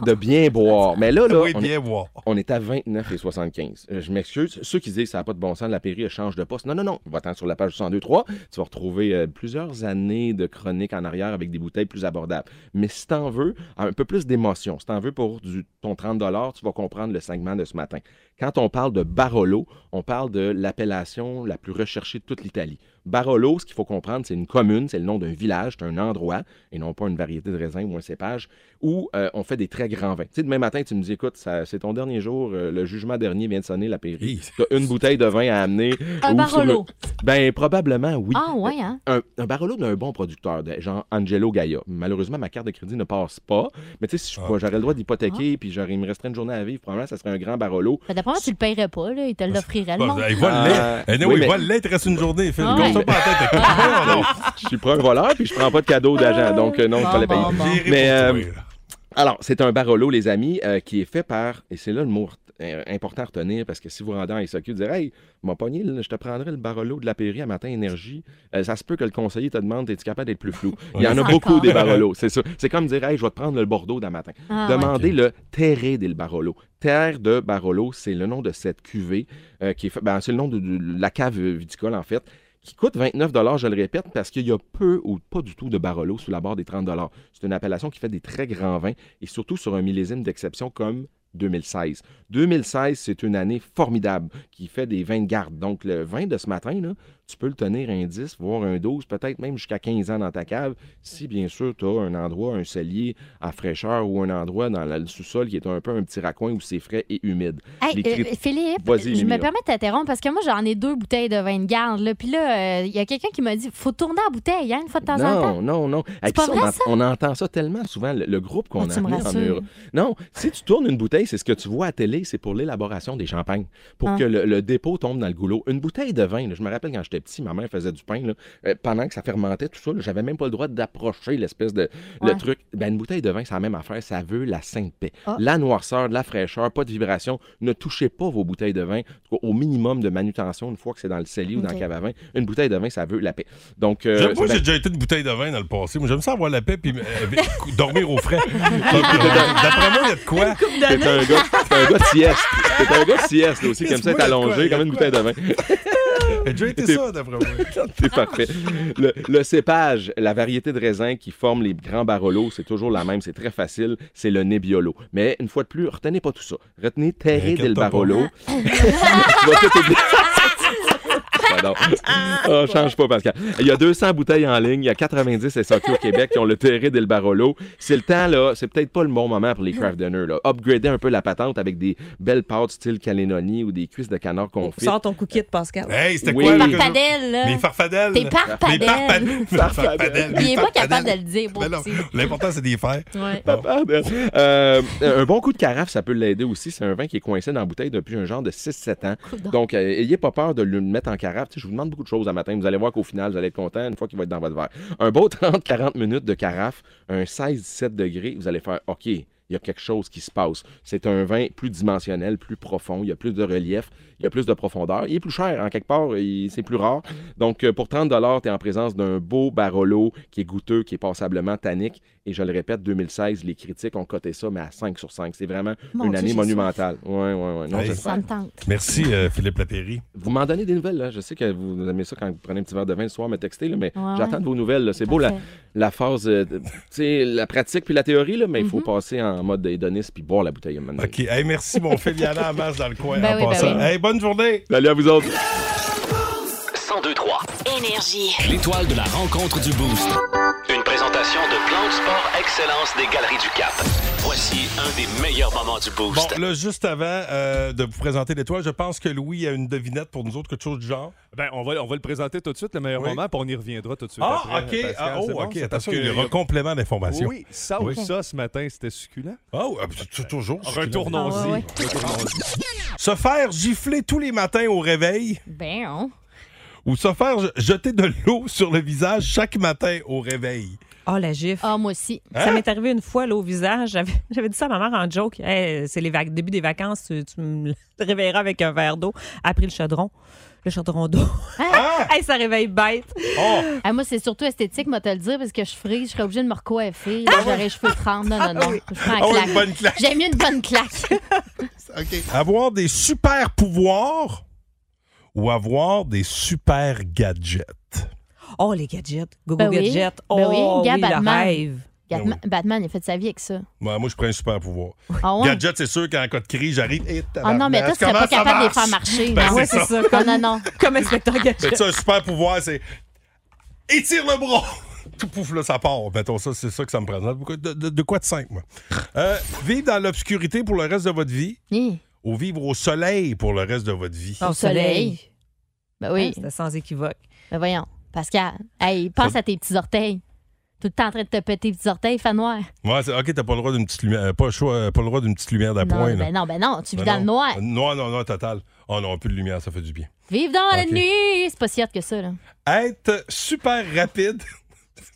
[SPEAKER 19] de bien boire. Mais là, là
[SPEAKER 3] Oui,
[SPEAKER 19] on,
[SPEAKER 3] bien
[SPEAKER 19] est,
[SPEAKER 3] boire.
[SPEAKER 19] on est à 29,75. Euh, Je m'excuse. Ceux qui disent que ça n'a pas de bon sens, la Péri elle change de poste. Non, non, non. Va-t'en sur la page 102.3. Tu vas retrouver euh, plusieurs années de chroniques en arrière avec des bouteilles plus abordables. Mais si t'en veux, un peu plus d'émotion. Si t'en veux pour du, ton 30 tu vas comprendre le segment de ce matin. Quand on parle de Barolo, on parle de l'appellation la plus recherchée de toute l'Italie. Barolo, ce qu'il faut comprendre, c'est une commune, c'est le nom d'un village, c'est un endroit, et non pas une variété de raisin ou un cépage, où euh, on fait des très grands vins. Tu sais, demain matin, tu me dis, écoute, ça- c'est ton dernier jour, euh, le jugement dernier vient de sonner, la pairie. Tu as une bouteille de vin à amener.
[SPEAKER 8] Un
[SPEAKER 19] ou
[SPEAKER 8] Barolo.
[SPEAKER 19] sur le- Ben, probablement, oui.
[SPEAKER 8] Ah, ouais, hein?
[SPEAKER 19] Un, un Barolo d'un bon producteur, de, genre Angelo Gaia. Malheureusement, ma carte de crédit ne passe pas, mais tu sais, si je- j'aurais le droit d'hypothéquer, puis j'aurais- il me resterait une journée à vivre, probablement, ça serait un grand Barolo.
[SPEAKER 8] Ben, D'après moi, tu le paierais pas, là. Il te l'offrirait, le
[SPEAKER 19] Bah,
[SPEAKER 8] monde.
[SPEAKER 19] ben,
[SPEAKER 3] Il va le
[SPEAKER 19] Ah.
[SPEAKER 3] l'être.
[SPEAKER 19] Oui,
[SPEAKER 3] il
[SPEAKER 19] mais-
[SPEAKER 3] va l'être, il reste une journée, Phil.
[SPEAKER 8] Ah
[SPEAKER 3] Gonce-toi
[SPEAKER 8] ouais. Ah,
[SPEAKER 3] pas la tête avec-
[SPEAKER 19] Je suis pas un voleur, puis je prends pas de cadeau d'agent. Donc, euh, non,
[SPEAKER 3] Bon,
[SPEAKER 19] je vais
[SPEAKER 3] bon,
[SPEAKER 19] payer.
[SPEAKER 3] bon. J'irai
[SPEAKER 19] Mais,
[SPEAKER 3] pour
[SPEAKER 19] euh,
[SPEAKER 3] toi,
[SPEAKER 19] alors, c'est un Barolo, les amis, euh, qui est fait par, et c'est là le mot ret- euh, important à retenir, parce que si vous rendez en SAQ, vous direz, hey, mon pogné, le- je te prendrai le Barolo de la Péri à matin énergie, Euh, ça se peut que le conseiller te demande, es-tu capable d'être plus flou? Il y en a
[SPEAKER 2] Encore.
[SPEAKER 19] beaucoup des Barolos, c'est ça. C'est comme dire, hey, je vais te prendre le Bordeaux d'un matin.
[SPEAKER 2] Ah, ouais.
[SPEAKER 19] Demandez le Terre del Barolo. Terre de Barolo, c'est le nom de cette cuvée, euh, qui est fa- ben, c'est le nom de, de la cave viticole, en fait, qui coûte 29 je le répète, parce qu'il y a peu ou pas du tout de Barolo sous la barre des 30 C'est une appellation qui fait des très grands vins, et surtout sur un millésime d'exception comme 2016. 2016, c'est une année formidable qui fait des vins de garde. Donc, le vin de ce matin, là, tu peux le tenir un 10, voire un 12, peut-être même jusqu'à 15 ans dans ta cave, si bien sûr tu as un endroit, un cellier à fraîcheur ou un endroit dans la- le sous-sol qui est un peu un petit raccoin où c'est frais et humide.
[SPEAKER 8] Hey,
[SPEAKER 19] Les
[SPEAKER 8] euh,
[SPEAKER 19] crit-
[SPEAKER 8] Philippe,
[SPEAKER 19] Vas-y,
[SPEAKER 8] je me
[SPEAKER 19] Emilia.
[SPEAKER 8] permets de t'interrompre parce que moi, j'en ai deux bouteilles de vin de garde. Là. Puis là, euh, il y a quelqu'un qui m'a dit faut tourner la bouteille hein, une fois de temps en temps.
[SPEAKER 19] Non, non, non. Et puis
[SPEAKER 8] pas
[SPEAKER 19] ça, on,
[SPEAKER 8] vrai,
[SPEAKER 19] en-
[SPEAKER 8] ça?
[SPEAKER 19] on entend ça tellement souvent, le, le groupe qu'on
[SPEAKER 8] Ah,
[SPEAKER 19] a
[SPEAKER 8] tu me
[SPEAKER 19] amené en
[SPEAKER 8] rassures.
[SPEAKER 19] Europe. Non, si tu tournes une bouteille, c'est ce que tu vois à télé, c'est pour l'élaboration des champagnes, pour
[SPEAKER 2] Ah.
[SPEAKER 19] que le, le dépôt tombe dans le goulot. Une bouteille de vin, là, je me rappelle quand j'étais petit, ma mère faisait du pain, là, euh, pendant que ça fermentait, tout ça, là, j'avais même pas le droit d'approcher l'espèce de
[SPEAKER 2] Ouais.
[SPEAKER 19] le truc. Ben, une bouteille de vin, c'est la même affaire, ça veut la sainte paix.
[SPEAKER 2] Ah.
[SPEAKER 19] La noirceur, de la fraîcheur, pas de vibration. Ne touchez pas vos bouteilles de vin, En tout cas, au minimum de manutention une fois que c'est dans le cellier ou dans
[SPEAKER 3] Ok.
[SPEAKER 19] le cave à vin. Une bouteille de vin, ça veut la paix. Donc, euh,
[SPEAKER 3] J'aime- Moi,
[SPEAKER 19] ben-
[SPEAKER 3] j'ai déjà été une bouteille de vin dans le passé. Moi, j'aime ça avoir la paix puis euh, euh, dormir au frais. Donc, euh, D'après moi, il y a de quoi?
[SPEAKER 19] T'es ben, un gars, t'es un gars de sieste. T'es un gars de sieste aussi qui aime ça être allongé comme une bouteille de vin.
[SPEAKER 3] J'ai déjà été
[SPEAKER 19] T'es-
[SPEAKER 3] ça, d'après moi.
[SPEAKER 19] C'est parfait. Le, le cépage, la variété de raisin qui forme les grands barolos, c'est toujours la même, c'est très facile, c'est le Nebbiolo. Mais une fois de plus, retenez pas tout ça. Retenez Terre del
[SPEAKER 2] Inquiète-toi
[SPEAKER 19] Barolo.
[SPEAKER 2] pas.
[SPEAKER 19] Tu vas tout oublier. Pardon. Ah, change pas, Pascal. Il y a 200 bouteilles en ligne. Il y a 90 SAQ au Québec qui ont le Terré del Barolo. C'est le temps, là. C'est peut-être pas le bon moment pour les craft dinners, là. Upgrader un peu la patente avec des belles pâtes style Calénonie ou des cuisses de canard confit.
[SPEAKER 9] Sors ton cookie de Pascal.
[SPEAKER 3] Hey, c'était
[SPEAKER 19] Oui.
[SPEAKER 3] quoi?
[SPEAKER 19] Les
[SPEAKER 3] là, que-
[SPEAKER 8] farfadelles, là.
[SPEAKER 3] Les farfadelles.
[SPEAKER 8] Tes farfadelles.
[SPEAKER 3] Les farfadelles. Farfadelles.
[SPEAKER 8] Il n'est pas
[SPEAKER 3] Farfadelles.
[SPEAKER 8] capable de le dire, mon
[SPEAKER 3] Mais Ben non,
[SPEAKER 8] petit.
[SPEAKER 3] L'important, c'est d'y faire.
[SPEAKER 8] Ouais.
[SPEAKER 3] Bon.
[SPEAKER 19] Pardon. Euh, un bon coup de carafe, ça peut l'aider aussi. C'est un vin qui est coincé dans la bouteille depuis un genre de 6-7 ans.
[SPEAKER 2] Coudonc.
[SPEAKER 19] Donc, euh, ayez pas peur de le mettre en carafe. Tu sais, je vous demande beaucoup de choses à matin. Vous allez voir qu'au final, vous allez être content une fois qu'il va être dans votre verre. Un beau 30-40 minutes de carafe, un 16-17 degrés, vous allez faire OK. Il y a quelque chose qui se passe. C'est un vin plus dimensionnel, plus profond. Il y a plus de relief, il y a plus de profondeur. Il est plus cher, en quelque part, il- c'est plus rare. Donc, euh, pour 30 tu es en présence d'un beau Barolo qui est goûteux, qui est passablement tannique. Et je le répète, 2016, les critiques ont coté ça, mais à 5 sur 5. C'est vraiment
[SPEAKER 8] Mon
[SPEAKER 19] une
[SPEAKER 8] Dieu,
[SPEAKER 19] année
[SPEAKER 8] j'ai
[SPEAKER 19] monumentale. Oui, oui, oui. Non,
[SPEAKER 3] Hey.
[SPEAKER 19] j'espère.
[SPEAKER 8] Ça me tente.
[SPEAKER 3] Merci, euh, Philippe Lapéry.
[SPEAKER 19] Vous m'en donnez des nouvelles, là. Je sais que vous aimez ça quand vous prenez un petit verre de vin le soir, me textez, là, mais
[SPEAKER 2] Ouais, ouais.
[SPEAKER 19] j'attends de vos nouvelles. là. C'est beau la,
[SPEAKER 2] Parfait.
[SPEAKER 19] la phase, euh, de- tu sais, la pratique puis la théorie, là, mais il
[SPEAKER 8] Mhm.
[SPEAKER 19] faut passer en mode hédoniste puis boire la bouteille à un moment donné.
[SPEAKER 3] OK. Hey, merci, mon Philippe. Il y en a en masse dans le coin.
[SPEAKER 19] Ben
[SPEAKER 3] en
[SPEAKER 19] oui, ben
[SPEAKER 3] passant.
[SPEAKER 19] oui.
[SPEAKER 3] Hey, bonne journée.
[SPEAKER 19] Salut à vous autres.
[SPEAKER 2] 102 1023.
[SPEAKER 7] Énergie.
[SPEAKER 2] L'étoile de la rencontre du Boost. Une présentation de Plan de Sport Excellence des Galeries du Cap. Voici un des meilleurs moments du
[SPEAKER 3] Bon,
[SPEAKER 2] Boost.
[SPEAKER 3] là, juste avant euh, de vous présenter l'étoile, je pense que Louis a une devinette pour nous autres, quelque chose du genre.
[SPEAKER 20] Ben, on va, on va le présenter tout de suite, le meilleur
[SPEAKER 3] Oui.
[SPEAKER 20] moment, puis on y reviendra tout de suite.
[SPEAKER 3] Ah,
[SPEAKER 20] après,
[SPEAKER 3] OK.
[SPEAKER 20] Pascal,
[SPEAKER 3] Ah, oh,
[SPEAKER 20] c'est bon,
[SPEAKER 3] OK.
[SPEAKER 20] ça, parce
[SPEAKER 3] Attention, il y aura
[SPEAKER 20] a-
[SPEAKER 3] complément d'information.
[SPEAKER 20] Oui, ça ou
[SPEAKER 3] Oui.
[SPEAKER 20] ça, ce matin, c'était succulent. Ben,
[SPEAKER 3] Oh, toujours.
[SPEAKER 20] Retournons-y.
[SPEAKER 3] Ah, ouais, ouais.
[SPEAKER 20] Retournons-y.
[SPEAKER 3] Se faire gifler tous les matins au réveil
[SPEAKER 8] Ben, on.
[SPEAKER 3] ou se faire je- jeter de l'eau sur le visage chaque matin au réveil.
[SPEAKER 9] Ah, la gifle.
[SPEAKER 8] Ah, moi aussi.
[SPEAKER 9] Ça
[SPEAKER 3] Hein?
[SPEAKER 9] m'est arrivé une fois, là, au visage. J'avais j'avais dit ça à ma mère en joke. Hey, c'est les vagues, début des vacances, tu, tu me réveilleras avec un verre d'eau. Après le chaudron. Le chaudron d'eau.
[SPEAKER 3] Ah.
[SPEAKER 9] Hey, ça réveille bête.
[SPEAKER 8] Hein? Ah, moi, c'est surtout esthétique, moi, te le dire, parce que je frise, je serais obligée de me recoiffer. là, J'aurais les cheveux tremblants. Non, non, non. Je prends la
[SPEAKER 3] Ah oui,
[SPEAKER 8] claque.
[SPEAKER 3] une bonne claque.
[SPEAKER 8] J'aime mieux une
[SPEAKER 19] Ben
[SPEAKER 8] bonne claque.
[SPEAKER 3] Avoir des super pouvoirs ou avoir des super gadgets.
[SPEAKER 9] Oh, les gadgets.
[SPEAKER 8] Ben
[SPEAKER 9] Google
[SPEAKER 8] oui.
[SPEAKER 9] Gadget. Oh,
[SPEAKER 8] Ben oui, gars,
[SPEAKER 9] oui, le
[SPEAKER 8] Batman.
[SPEAKER 9] rêve.
[SPEAKER 8] Batman, Batman, il a fait sa vie avec ça.
[SPEAKER 3] Ouais, moi, je prends un super pouvoir.
[SPEAKER 8] Ah ouais?
[SPEAKER 3] Gadget, c'est sûr qu'en cas de crise, j'arrive. Eh, et
[SPEAKER 8] Ah non, mais toi, tu serais pas capable de les faire marcher.
[SPEAKER 3] Ben,
[SPEAKER 8] non?
[SPEAKER 3] c'est ça.
[SPEAKER 8] Non, non, non.
[SPEAKER 9] Comme inspecteur
[SPEAKER 3] Mais tu sais, un super pouvoir, c'est. Étire le bras! Tout pouf, là, ça part. Mettons ça, c'est ça que ça me présente. Pourquoi- De, de- de quoi de simple, moi? Euh, vivre dans l'obscurité pour le reste de votre vie ou vivre au soleil pour le reste de votre vie?
[SPEAKER 8] Au soleil. Ben oui.
[SPEAKER 9] Hein, C'était sans équivoque.
[SPEAKER 8] Ben voyons. Pascal, hey, pense à tes petits orteils. Tout le temps en train de te péter les petits orteils, fan noir.
[SPEAKER 3] Ouais, c'est- OK, t'as pas le droit d'une petite lumière. euh, Pas, le choix- pas le droit d'une petite lumière
[SPEAKER 8] Non,
[SPEAKER 3] d'appoint. là.
[SPEAKER 8] ben non, ben non, tu vis
[SPEAKER 3] Ben
[SPEAKER 8] dans le
[SPEAKER 3] non.
[SPEAKER 8] noir.
[SPEAKER 3] Noir, non, non, total. Oh non, plus de lumière, ça fait du bien.
[SPEAKER 8] Vive dans la
[SPEAKER 3] Ok.
[SPEAKER 8] nuit! C'est pas si hot que ça, là.
[SPEAKER 3] Être super rapide.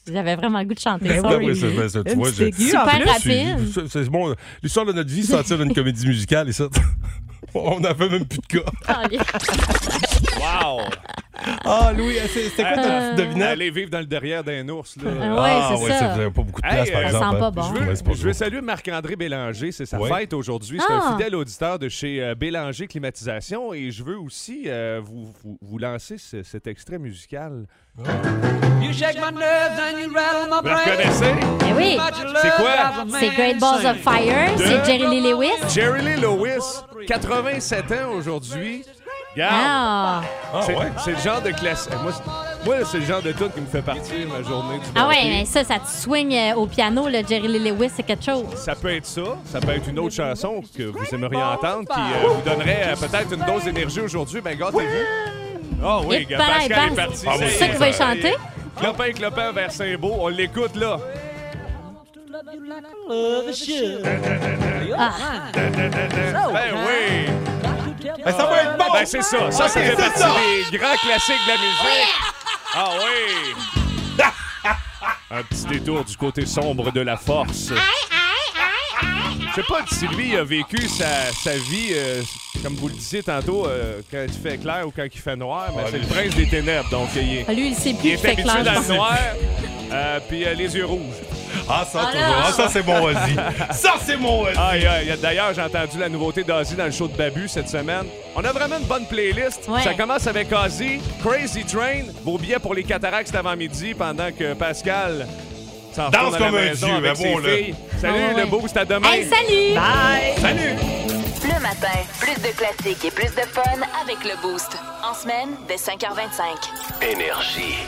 [SPEAKER 8] J'avais vraiment le goût de chanter
[SPEAKER 3] Ben
[SPEAKER 8] ça.
[SPEAKER 3] oui, c'est- ben, c'est- tu vois, j'ai-
[SPEAKER 8] Super rapide.
[SPEAKER 3] C'est- C'est bon. L'histoire de notre vie sortir d'une comédie musicale et ça. On n'avait même plus de cas.
[SPEAKER 8] Ah,
[SPEAKER 20] Wow!
[SPEAKER 3] Ah, Louis, c'est- c'était quoi ta
[SPEAKER 20] Euh,
[SPEAKER 3] petite devinette?
[SPEAKER 20] Aller vivre dans le derrière d'un ours, là.
[SPEAKER 3] Ah, Ah, c'est ouais, ça. ça, vous avez pas beaucoup de place, par
[SPEAKER 20] euh,
[SPEAKER 3] exemple, Ça sent pas hein. bon.
[SPEAKER 20] Je veux,
[SPEAKER 3] Ouais, c'est pas
[SPEAKER 20] je veux saluer Marc-André Bélanger, c'est sa
[SPEAKER 3] Ouais.
[SPEAKER 20] fête aujourd'hui. C'est
[SPEAKER 3] Ah.
[SPEAKER 20] un fidèle auditeur de chez euh, Bélanger Climatisation et je veux aussi euh, vous, vous- vous lancer ce- cet extrait musical.
[SPEAKER 13] You shake my nerves and you rattle my
[SPEAKER 20] Vous la reconnaissez?
[SPEAKER 8] Eh oui.
[SPEAKER 20] C'est quoi?
[SPEAKER 8] C'est Great Balls of Fire,
[SPEAKER 20] De-
[SPEAKER 8] c'est Jerry Lee Lewis.
[SPEAKER 20] Jerry Lee Lewis, 87 ans aujourd'hui.
[SPEAKER 8] Ah.
[SPEAKER 20] Regarde.
[SPEAKER 8] Ah
[SPEAKER 20] C'est
[SPEAKER 8] ouais.
[SPEAKER 20] c'est le genre de classe. Euh, Moi, c'est- moi, c'est le genre de tout qui me fait partir ma journée du
[SPEAKER 8] Ah
[SPEAKER 20] bon
[SPEAKER 8] ouais,
[SPEAKER 20] pied.
[SPEAKER 8] mais ça, ça te swing euh, au piano, le Jerry Lee Lewis, c'est quelque chose.
[SPEAKER 20] Ça peut être ça, ça peut être une autre chanson que vous aimeriez entendre qui euh, vous donnerait euh, peut-être une dose d'énergie aujourd'hui. Ben, gâtez-vous. Ah oui,
[SPEAKER 8] Et
[SPEAKER 20] gars,
[SPEAKER 8] par
[SPEAKER 20] Pascal
[SPEAKER 8] avance.
[SPEAKER 20] est parti.
[SPEAKER 8] Ah,
[SPEAKER 20] y est,
[SPEAKER 8] c'est ça qu'il va y
[SPEAKER 20] ça y est.
[SPEAKER 3] Ah
[SPEAKER 8] chanter?
[SPEAKER 20] Clopin, clopin vers Saint-Beau, on l'écoute là.
[SPEAKER 13] Ah.
[SPEAKER 20] Ben oui!
[SPEAKER 13] Ben, ça va être
[SPEAKER 3] Ah,
[SPEAKER 13] bon!
[SPEAKER 20] Ben c'est ça, ça, ça
[SPEAKER 13] Ouais,
[SPEAKER 20] fait
[SPEAKER 13] c'est
[SPEAKER 20] partie
[SPEAKER 13] ça.
[SPEAKER 20] des grands classiques de la musique. Ah oui! Un petit détour du côté sombre de la force. Je sais pas si lui a vécu sa, sa vie, euh, comme vous le disiez tantôt, euh, quand il fait clair ou quand il fait noir,
[SPEAKER 3] ben,
[SPEAKER 20] mais c'est le prince des ténèbres, donc il est,
[SPEAKER 8] Ah, lui, il sait plus
[SPEAKER 20] il est
[SPEAKER 8] qu'il fait
[SPEAKER 20] habitué
[SPEAKER 8] clair.
[SPEAKER 20] dans le noir, euh, puis euh, les yeux rouges.
[SPEAKER 3] Ah ça, toujours. Ah, ça, c'est mon Ozzy. Ça, c'est mon Ozzy.
[SPEAKER 20] Aïe, aïe, aïe. D'ailleurs, j'ai entendu la nouveauté d'Ozzy dans le show de Babu cette semaine. On a vraiment une bonne playlist.
[SPEAKER 8] Ouais.
[SPEAKER 20] Ça commence avec Ozzy, Crazy Train, vos billets pour les cataractes cet avant-midi pendant que Pascal s'en
[SPEAKER 3] Danse
[SPEAKER 20] retourne à la
[SPEAKER 3] comme un
[SPEAKER 20] maison
[SPEAKER 3] dieu,
[SPEAKER 20] avec
[SPEAKER 3] mais bon,
[SPEAKER 20] ses
[SPEAKER 3] là.
[SPEAKER 20] filles. Salut,
[SPEAKER 3] Ah, ouais.
[SPEAKER 20] le beau, c'est à demain.
[SPEAKER 7] Hey, salut! Bye!
[SPEAKER 20] Salut!
[SPEAKER 7] Le matin, plus de classiques et plus de fun avec le Boost. En semaine, dès 5h25.
[SPEAKER 2] Énergie.